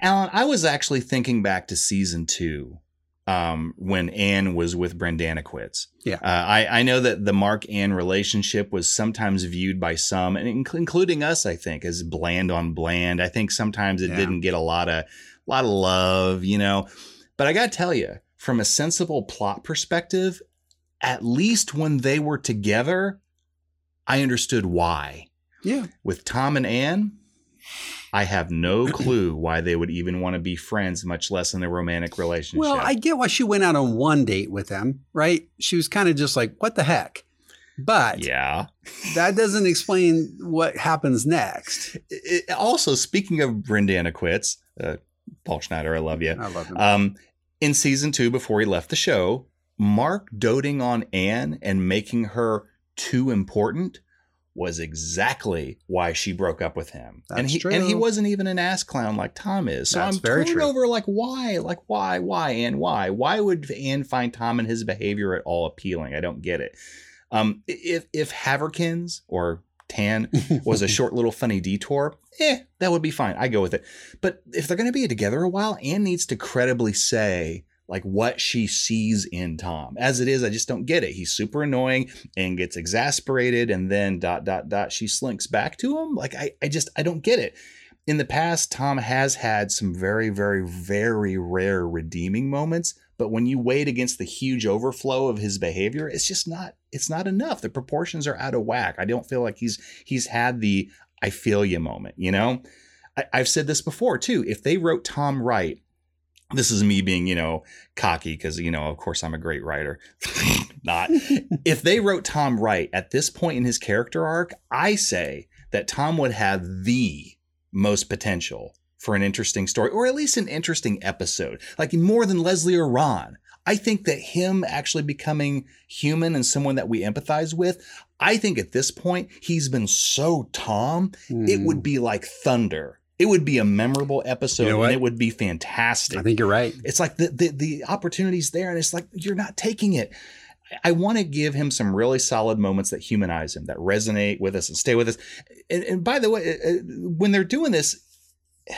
S2: Alan. I was actually thinking back to season two, um, when Anne was with Brandanowitz.
S1: Yeah.
S2: Uh, I I know that the Mark Anne relationship was sometimes viewed by some, and inc- including us, I think, as bland on bland. I think sometimes it
S1: Yeah.
S2: didn't get a lot of lot of love, you know. But I gotta tell you, from a sensible plot perspective, at least when they were together, I understood why.
S1: Yeah.
S2: With Tom and Anne, I have no clue why they would even want to be friends, much less in a romantic relationship.
S1: Well, I get why she went out on one date with him, right? She was kind of just like, what the heck? But
S2: yeah,
S1: that doesn't explain what happens next.
S2: it- it- also speaking of Brendana quits, uh, Paul Schneider, I love you.
S1: I love him.
S2: Um, in season two, before he left the show, Mark doting on Anne and making her too important was exactly why she broke up with him. and he
S1: That's
S2: and he
S1: true.
S2: wasn't even an ass clown like Tom is. So
S1: That's
S2: I'm
S1: very
S2: torn
S1: true.
S2: over like why, like why, why, and why? Why would Anne find Tom and his behavior at all appealing? I don't get it. Um, i- if if Haverkins or Tan was a short little funny detour, eh, that would be fine. I go with it. But if they're going to be together a while, Anne needs to credibly say like what she sees in Tom. As it is, I just don't get it. He's super annoying and gets exasperated, and then dot dot dot. She slinks back to him. Like I, I just I don't get it. In the past, Tom has had some very, very, very rare redeeming moments, but when you weigh it against the huge overflow of his behavior, it's just not it's not enough. The proportions are out of whack. I don't feel like he's he's had the I feel you moment, you know? I, I've said this before too. If they wrote Tom right, this is me being, you know, cocky because, you know, of course I'm a great writer. Not. if they wrote Tom right at this point in his character arc, I say that Tom would have the most potential for an interesting story or at least an interesting episode, like more than Leslie or Ron. I think that him actually becoming human and someone that we empathize with, I think at this point he's been so Tom, it would be like thunder. It would be a memorable episode
S1: You know what?
S2: and it would be fantastic.
S1: I think you're right.
S2: It's like the, the the opportunity's there, and it's like you're not taking it. I want to give him some really solid moments that humanize him, that resonate with us, and stay with us. And, and by the way, uh, uh, when they're doing this,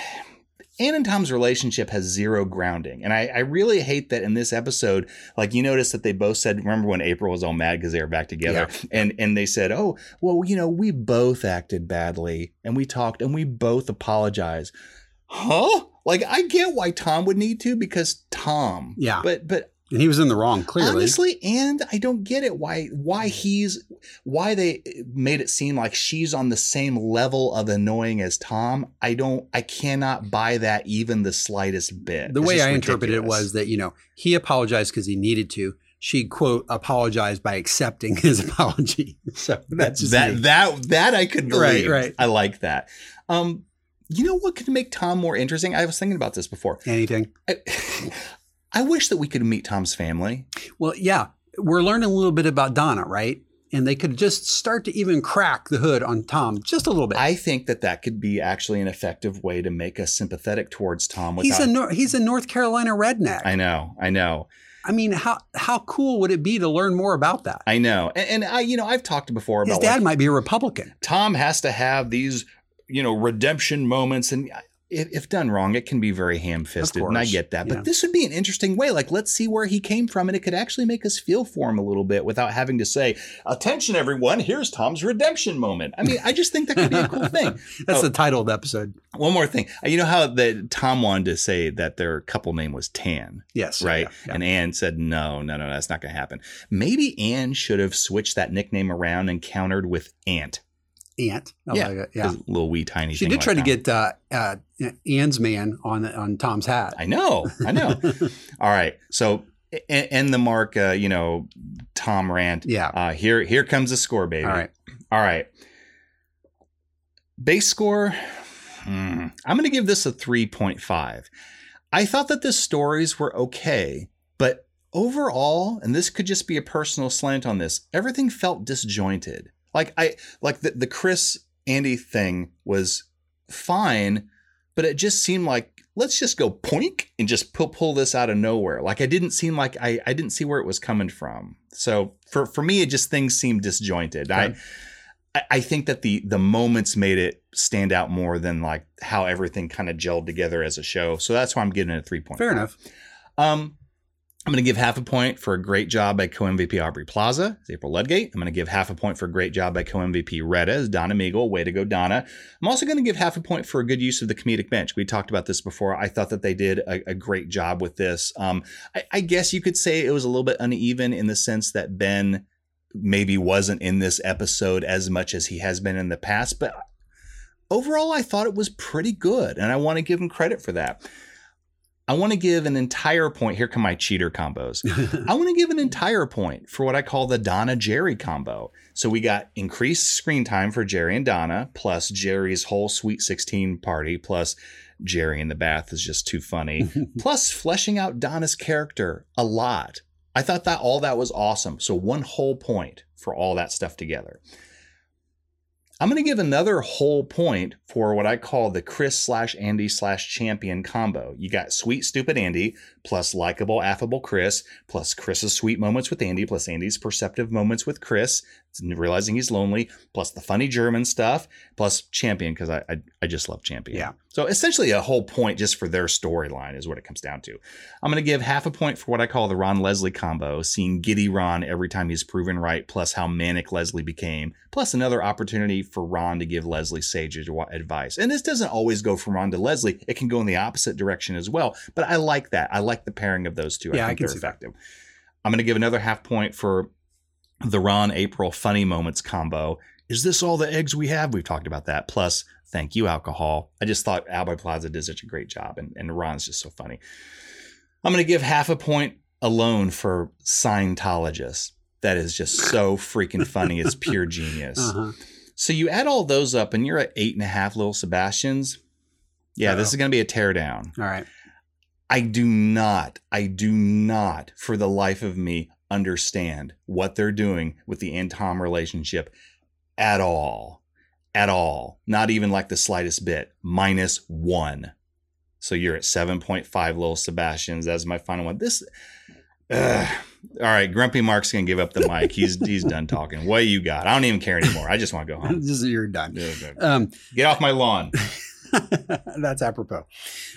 S2: Anne and Tom's relationship has zero grounding, and I, I really hate that in this episode. Like you notice that they both said, "Remember when April was all mad because they were back together?" And and they said, "Oh, well, you know, we both acted badly, and we talked, and we both apologize." Huh? Like I get why Tom would need to because Tom.
S1: Yeah.
S2: But but
S1: And he was in the wrong, clearly. Mm.
S2: honestly, and I don't get it why why he's why they made it seem like she's on the same level of annoying as Tom. I don't I cannot buy that even the slightest bit.
S1: the
S2: It's
S1: way
S2: just
S1: I interpreted it
S2: ridiculous.
S1: was that, you know, he apologized because he needed to. She, quote, apologized by accepting his apology. So that's just
S2: that
S1: me.
S2: that that I could
S1: Right,
S2: believe.
S1: right.
S2: I like that. Um, you know what could make Tom more interesting? I was thinking about this before.
S1: Anything.
S2: I, I wish that we could meet Tom's family.
S1: Well, yeah, we're learning a little bit about Donna, right? And they could just start to even crack the hood on Tom just a little bit.
S2: I think that that could be actually an effective way to make us sympathetic towards Tom. Without,
S1: He's a Nor- he's a North Carolina redneck.
S2: I know, I know,
S1: I mean, how how cool would it be to learn more about that?
S2: I know. And, and I, you know, I've talked before
S1: His
S2: about
S1: dad
S2: like,
S1: might be a Republican.
S2: Tom has to have these, you know, redemption moments, and uh, if, if done wrong, it can be very ham fisted. And I
S1: course.
S2: get that.
S1: Yeah.
S2: But this would be an interesting way. Like, let's see where he came from. And it could actually make us feel for him a little bit without having to say, attention, everyone, here's Tom's redemption moment. I mean, I just think that could be a cool thing. Oh,
S1: That's the title of the episode.
S2: One more thing. Uh, You know how that Tom wanted to say that their couple name was Tan?
S1: Yes.
S2: Right? And Anne said, no, no, no, that's not going to happen. Maybe Anne should have switched that nickname around and countered with Ant.
S1: Ant. I like it. Yeah.
S2: 'cause Little wee tiny
S1: She
S2: thing
S1: did
S2: like
S1: try to
S2: that.
S1: get uh, uh, Anne's man on on Tom's hat.
S2: I know. I know. All right. So and, and the mark, uh, you know, Tom rant.
S1: Yeah.
S2: Uh, here, here comes the score, baby. All right. All right. Base score. hmm, I'm going to give this a 3.5. I thought that the stories were okay, but overall, and this could just be a personal slant on this, everything felt disjointed. Like I like the the Chris Andy thing was fine, but it just seemed like let's just go poink and just pull, pull this out of nowhere like i didn't seem like I, I didn't see where it was coming from so for for me it just things seemed disjointed I i i think that the the moments made it stand out more than like how everything kind of gelled together as a show so that's why i'm getting it a three point
S1: Fair enough.
S2: um I'm going to give half a point for a great job by co-MVP Aubrey Plaza, it's April Ludgate. I'm going to give half a point for a great job by co-MVP Retta, it's Donna Meagle. Way to go, Donna. I'm also going to give half a point for a good use of the comedic bench. We talked about this before. I thought that they did a, a great job with this. Um, I, I guess you could say it was a little bit uneven in the sense that Ben maybe wasn't in this episode as much as he has been in the past, but overall, I thought it was pretty good, and I want to give him credit for that. I want to give an entire point. Here come my cheater combos. I want to give an entire point for what I call the Donna Jerry combo. So we got increased screen time for Jerry and Donna, plus Jerry's whole Sweet 16 party, plus Jerry in the bath is just too funny, plus fleshing out Donna's character a lot. I thought that all that was awesome. So one whole point for all that stuff together. I'm going to give another whole point for what I call the Chris slash Andy slash champion combo. You got sweet, stupid Andy, plus likable, affable Chris, plus Chris's sweet moments with Andy, plus Andy's perceptive moments with Chris, realizing he's lonely, plus the funny German stuff, plus champion, because I, I, I just love champion. Yeah. So essentially, a whole point just for their storyline is what it comes down to. I'm going to give half a point for what I call the Ron Leslie combo, seeing giddy Ron every time he's proven right, plus how manic Leslie became, plus another opportunity for Ron to give Leslie sage adw- advice. And this doesn't always go from Ron to Leslie, it can go in the opposite direction as well. But I like that. I like the pairing of those two.
S1: Yeah, I
S2: I think
S1: can
S2: they're
S1: see that.
S2: effective. I'm going to give another half point for the Ron April funny moments combo. Is this all the eggs we have? We've talked about that. Plus, thank you, alcohol. I just thought Albert Plaza did such a great job, and, and Ron's just so funny. I'm going to give half a point alone for Scientologists. That is just so freaking funny. It's pure genius.
S1: Uh-huh.
S2: So you add all those up, and you're at eight and a half little Sebastians. Yeah, this is going to be a teardown.
S1: All right.
S2: I do not, I do not for the life of me understand what they're doing with the Ann Tom relationship at all. At all. Not even like the slightest bit. Minus one. So you're at 7.5 little Sebastians. That's my final one. This ugh. all right, Grumpy Mark's gonna give up the mic. He's he's done talking. What you got? I don't even care anymore. I just want to go home.
S1: This is you're done.
S2: Um, Get off my lawn.
S1: That's apropos.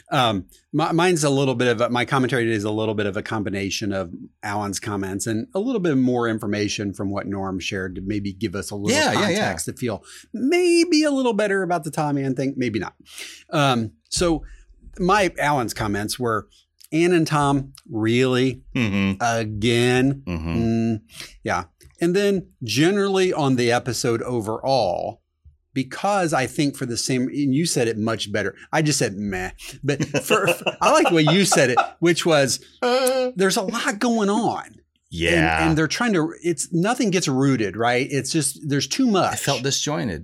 S1: Um, my, mine's a little bit of a, my commentary today is a little bit of a combination of Alan's comments and a little bit more information from what Norm shared to maybe give us a little
S2: Yeah, yeah, yeah.
S1: context to feel maybe a little better about the Tom Ann thing, maybe not. Um, so my Alan's comments were Ann and Tom really
S2: Mm-hmm,
S1: again, Mm, yeah, and then generally on the episode overall because I think for the same, and you said it much better. I just said meh, but for, I like the way you said it, which was there's a lot going on.
S2: Yeah.
S1: And, and they're trying to, it's nothing gets rooted, right? It's just, there's too much. I felt
S2: disjointed.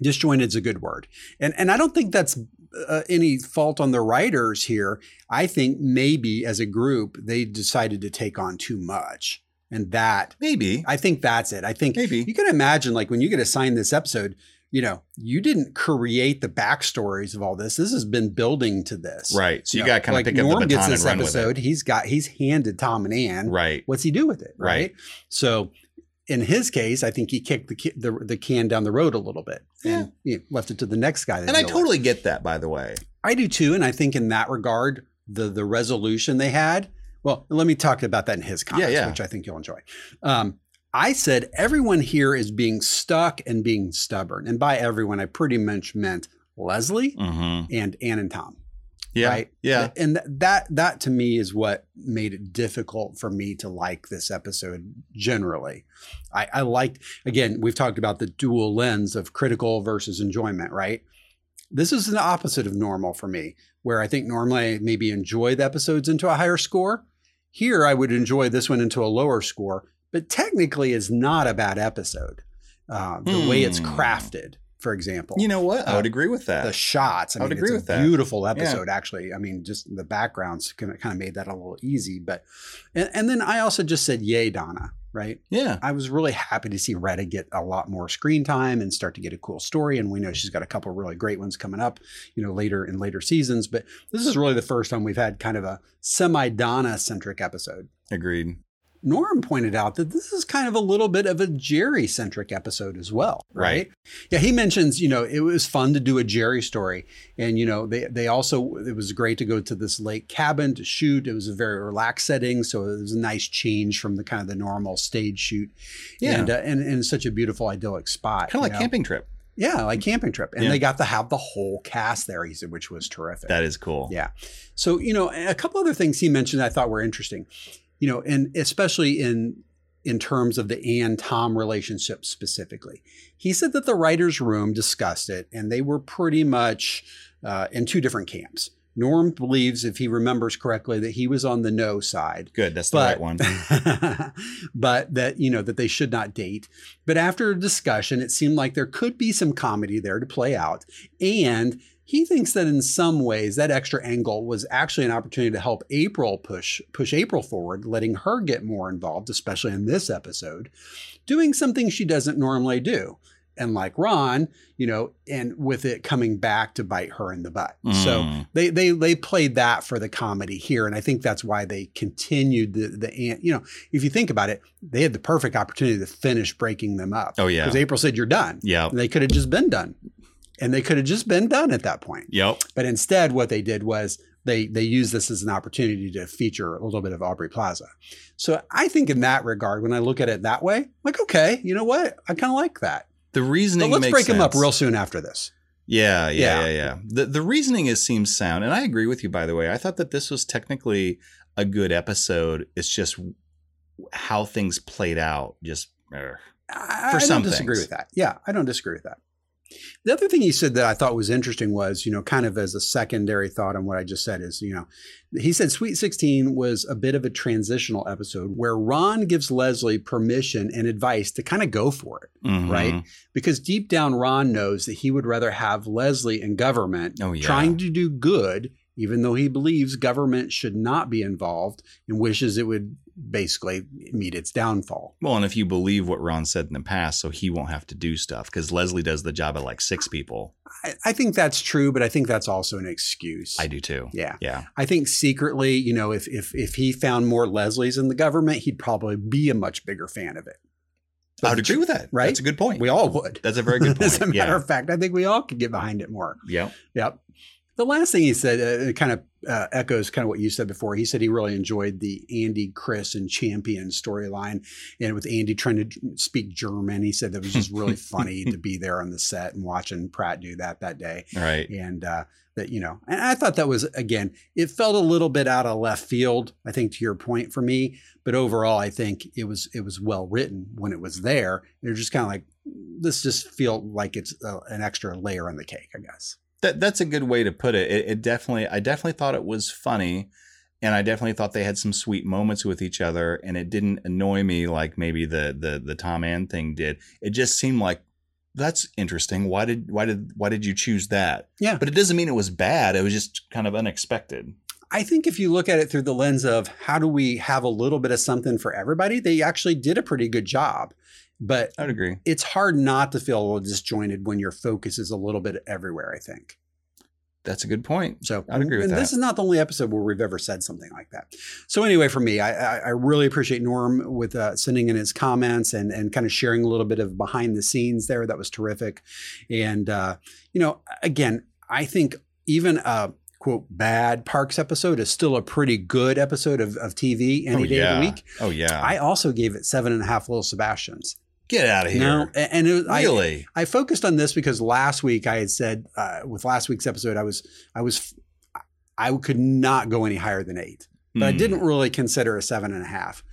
S1: Disjointed is a good word. And, and I don't think that's uh, any fault on the writers here. I think maybe as a group, they decided to take on too much. And that
S2: maybe
S1: I think that's it. I think maybe you can imagine like when you get assigned this episode, you know, you didn't create the backstories of all this. This has been building to this,
S2: Right. So you
S1: know,
S2: gotta kinda pick up the
S1: Norm gets
S2: baton
S1: this
S2: and run with it.
S1: episode. He's got he's handed Tom and Ann.
S2: Right.
S1: What's he do with it? Right.
S2: Right.
S1: So in his case, I think he kicked the ki- the, the can down the road a little bit and you know, left it to the next guy. to
S2: And I
S1: deal with.
S2: totally get that, by the way.
S1: I do too, and I think in that regard, the the resolution they had. Well, let me talk about that in his comments,
S2: yeah.
S1: which I think you'll enjoy. Um, I said everyone here is being stuck and being stubborn, and by everyone, I pretty much meant Leslie
S2: Mm.
S1: and Ann and Tom.
S2: Mm-hmm. Yeah,
S1: Right?
S2: yeah.
S1: And th- that that to me is what made it difficult for me to like this episode generally. I, I liked again, we've talked about the dual lens of critical versus enjoyment, right? This is the opposite of normal for me, where I think normally I maybe enjoy the episodes into a higher score. Here I would enjoy this one into a lower score, but technically it's not a bad episode. Uh, the way it's
S2: Hmm.
S1: crafted, for example.
S2: You know what? I would agree with that.
S1: Uh, The shots. I,
S2: I would
S1: mean,
S2: agree
S1: it's
S2: with
S1: a
S2: that.
S1: Beautiful
S2: Yeah.
S1: episode, actually. I mean, just the backgrounds kind of, kind of made that a little easy. But and, and then I also just said, "Yay, Donna!" Right?
S2: Yeah.
S1: I was really happy to see Retta get a lot more screen time and start to get a cool story. And we know she's got a couple really great ones coming up, you know, later in later seasons. But this is really the first time we've had kind of a semi Donna centric episode.
S2: Agreed.
S1: Norm pointed out that this is kind of a little bit of a Jerry centric episode as well, right? Yeah, he mentions, you know, it was fun to do a Jerry story. And, you know, they, they also, it was great to go to this lake cabin to shoot. It was a very relaxed setting. So it was a nice change from the kind of the normal stage shoot.
S2: Yeah.
S1: And, uh, and, and such a beautiful idyllic spot.
S2: Kind of like
S1: you know?
S2: camping trip.
S1: Yeah, like camping trip. And
S2: Yeah.
S1: they got to have the whole cast there, he said, which was terrific.
S2: That is cool.
S1: Yeah. So, you know, a couple other things he mentioned I thought were interesting, you know, and especially in in terms of the Ann Tom relationship specifically. He said that the writers' room discussed it and they were pretty much uh, in two different camps. Norm believes, if he remembers correctly, that he was on the no side.
S2: Good. That's the right
S1: But-
S2: one.
S1: but that you know that they should not date but after a discussion it seemed like there could be some comedy there to play out and he thinks that in some ways that extra angle was actually an opportunity to help april push push april forward letting her get more involved especially in this episode doing something she doesn't normally do and like ron you know and with it coming back to bite her in the butt so
S2: Mm.
S1: they they they played that for the comedy here, and I think that's why they continued the the ant. You know, if you think about it, they had the perfect opportunity to finish breaking them up.
S2: Oh, yeah.
S1: because April said you're done.
S2: Yeah.
S1: and they could have just been done, and they could have just been done at that point.
S2: Yep.
S1: But instead, what they did was they they used this as an opportunity to feature a little bit of Aubrey Plaza. So I think in that regard, when I look at it that way, I'm like okay, you know what, I kind of like that.
S2: The reasoning.
S1: But
S2: makes
S1: let's break them up
S2: sense.
S1: real soon after this.
S2: Yeah, yeah,
S1: Yeah.
S2: yeah, yeah. The the reasoning is seems sound, and I agree with you. By the way, I thought that this was technically a good episode. It's just how things played out. Just er,
S1: I,
S2: for
S1: I
S2: some
S1: don't disagree
S2: things.
S1: with that. Yeah, I don't disagree with that. The other thing he said that I thought was interesting was, you know, kind of as a secondary thought on what I just said is, you know, he said Sweet 16 was a bit of a transitional episode where Ron gives Leslie permission and advice to kind of go for it
S2: Mhm.
S1: right? Because deep down, Ron knows that he would rather have Leslie in government
S2: Oh, yeah.
S1: trying to do good, even though he believes government should not be involved and wishes it would basically meet its downfall.
S2: Well, and if you believe what Ron said in the past, so he won't have to do stuff because Leslie does the job at like six people.
S1: I, I think that's true, but I think that's also an excuse.
S2: I do too.
S1: Yeah.
S2: Yeah.
S1: I think secretly, you know, if if if he found more Leslie's in the government, he'd probably be a much bigger fan of it.
S2: I would agree with that.
S1: Right?
S2: That's a good point.
S1: We all would.
S2: That's a very good point.
S1: As a matter
S2: yeah.
S1: of fact, I think we all could get behind it more.
S2: Yep.
S1: Yep. The last thing he said uh, it kind of uh, echoes kind of what you said before. He said he really enjoyed the Andy, Chris, and Champion storyline, and with Andy trying to j- speak German, he said that was just really funny to be there on the set and watching Pratt do that that day.
S2: Right.
S1: And uh, that you know, and I thought that was again, it felt a little bit out of left field. I think to your point for me, but overall, I think it was it was well written when it was there. They're just kind of like this just feel like it's uh, an extra layer on the cake, I guess.
S2: That that's a good way to put it. it. It definitely, I definitely thought it was funny, and I definitely thought they had some sweet moments with each other, and it didn't annoy me like maybe the the the Tom Ann thing did. It just seemed like that's interesting. Why did why did why did you choose that?
S1: Yeah.
S2: but it doesn't mean it was bad. It was just kind of unexpected.
S1: I think if you look at it through the lens of how do we have a little bit of something for everybody, they actually did a pretty good job. But
S2: I would agree.
S1: it's hard not to feel a little disjointed when your focus is a little bit everywhere, I think.
S2: That's a good point.
S1: So
S2: I'd agree with
S1: and
S2: that.
S1: This is not the only episode where we've ever said something like that. So anyway, for me, I, I, I really appreciate Norm with uh, sending in his comments and and kind of sharing a little bit of behind the scenes there. That was terrific, and uh, you know, again, I think even a quote bad Parks episode is still a pretty good episode of, of TV any
S2: oh,
S1: day
S2: yeah.
S1: of the week.
S2: Oh yeah.
S1: I also gave it seven and a half little Sebastians.
S2: Get out of here.
S1: No, a- and it was, I-
S2: Really?
S1: I, focused on this because last week I had said uh, with last week's episode I was I was I could not go any higher than eight, but I
S2: Hmm.
S1: didn't really consider a seven and a half.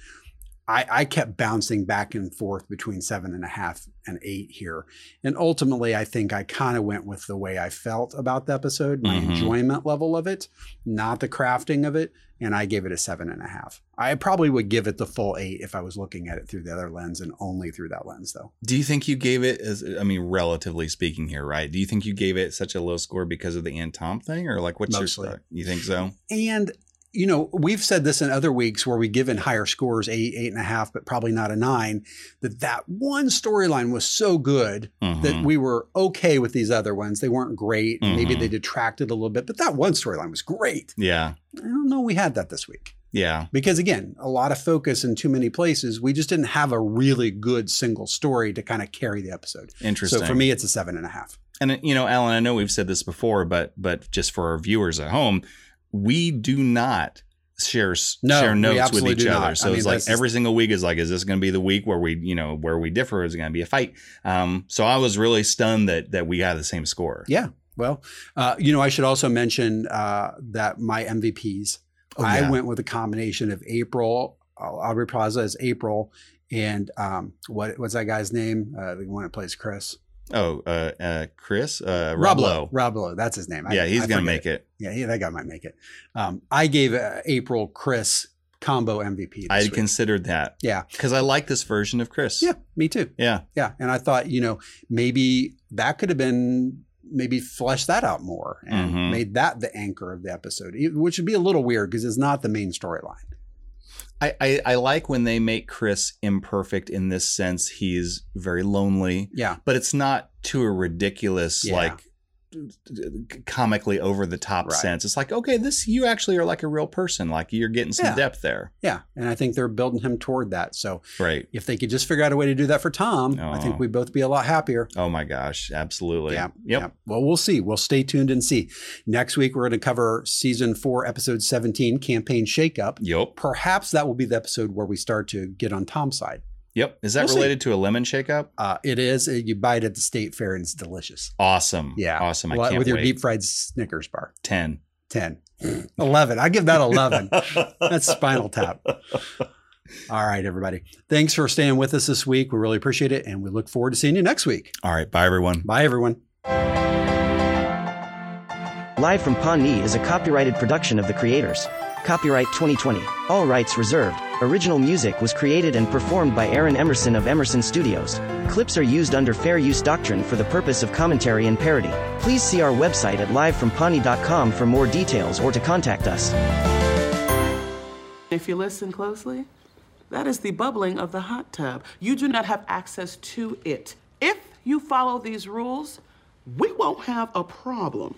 S1: I, I kept bouncing back and forth between seven and a half and eight here, and ultimately I think I kind of went with the way I felt about the episode, my
S2: Mhm.
S1: enjoyment level of it, not the crafting of it, and I gave it a seven and a half. I probably would give it the full eight if I was looking at it through the other lens and only through that lens though.
S2: Do you think you gave it as I mean, relatively speaking here, right? Do you think you gave it such a low score because of the Aunt Tom thing, or like what's
S1: Mostly.
S2: your score? You think so?
S1: And you know, we've said this in other weeks where we give in higher scores, eight, eight and a half, but probably not a nine. That that one storyline was so good that
S2: Mhm.
S1: we were okay with these other ones. They weren't great. Maybe
S2: Mhm.
S1: they detracted a little bit, but that one storyline was great.
S2: Yeah,
S1: I don't know. We had that this week
S2: yeah.
S1: because again, a lot of focus in too many places. We just didn't have a really good single story to kind of carry the episode.
S2: Interesting.
S1: So for me, it's a seven and a half.
S2: And uh, you know, Alan, I know we've said this before, but but just for our viewers at home, we do not share s-
S1: No,
S2: share
S1: we
S2: notes with
S1: absolutely
S2: each
S1: do
S2: other.
S1: not.
S2: So
S1: I
S2: it's
S1: mean,
S2: like
S1: that's just-
S2: every single week is like, is this going to be the week where we you know where we differ? Is it going to be a fight? Um, so I was really stunned that that we had the same score.
S1: Yeah. Well, uh, you know, I should also mention uh, that my MVPs,
S2: Oh, yeah.
S1: I went with a combination of April, uh, Aubrey Plaza as April, and um, what what's that guy's name? Uh, the one that plays Chris.
S2: Oh, uh, uh, Chris, uh, Rob
S1: Roblo.
S2: Lowe.
S1: Roblo. That's his name. I-
S2: Yeah, he's
S1: I
S2: going to make
S1: forget
S2: it.
S1: Yeah, he, that guy might make it. Um, I gave uh, April Chris combo MVP.
S2: I had
S1: this week.
S2: considered that.
S1: Yeah.
S2: Because I like this version of Chris.
S1: Yeah, me too.
S2: Yeah.
S1: Yeah. And I thought, you know, maybe that could have been maybe flesh that out more and
S2: Mhm.
S1: made that the anchor of the episode, e- which would be a little weird because it's not the main storyline.
S2: I, I, I like when they make Chris imperfect in this sense. He's very lonely.
S1: Yeah.
S2: But it's not to a ridiculous,
S1: Yeah.
S2: like comically over the top
S1: Right.
S2: sense. It's like, okay, this you actually are like a real person. Like you're getting some
S1: Yeah.
S2: depth there.
S1: Yeah. And I think they're building him toward that. So
S2: Right.
S1: if they could just figure out a way to do that for Tom, I
S2: Oh.
S1: think we'd both be a lot happier.
S2: Oh my gosh. Absolutely.
S1: Yeah.
S2: Yep.
S1: Yeah. Well, we'll see. We'll stay tuned and see. Next week, we're going to cover season four, episode 17, Campaign Shakeup.
S2: Yep.
S1: Perhaps that will be the episode where we start to get on Tom's side.
S2: Yep. Is that
S1: We'll see.
S2: related to a lemon shakeup?
S1: Uh, it is. uh, You buy it at the state fair and it's delicious.
S2: Awesome.
S1: Yeah.
S2: Awesome. I
S1: Well,
S2: can't
S1: with
S2: wait.
S1: your deep fried Snickers bar.
S2: 10.
S1: 10. 11. I give that 11. That's spinal tap. All right, everybody. Thanks for staying with us this week. We really appreciate it. And we look forward to seeing you next week.
S2: All right. Bye, everyone.
S1: Bye, everyone.
S15: Live from Pawnee is a copyrighted production of the creators. Copyright 2020. All rights reserved. Original music was created and performed by Aaron Emerson of Emerson Studios. Clips are used under fair use doctrine for the purpose of commentary and parody. Please see our website at livefrompawnee.com for more details or to contact us.
S10: If you listen closely, that is the bubbling of the hot tub. You do not have access to it. If you follow these rules, we won't have a problem.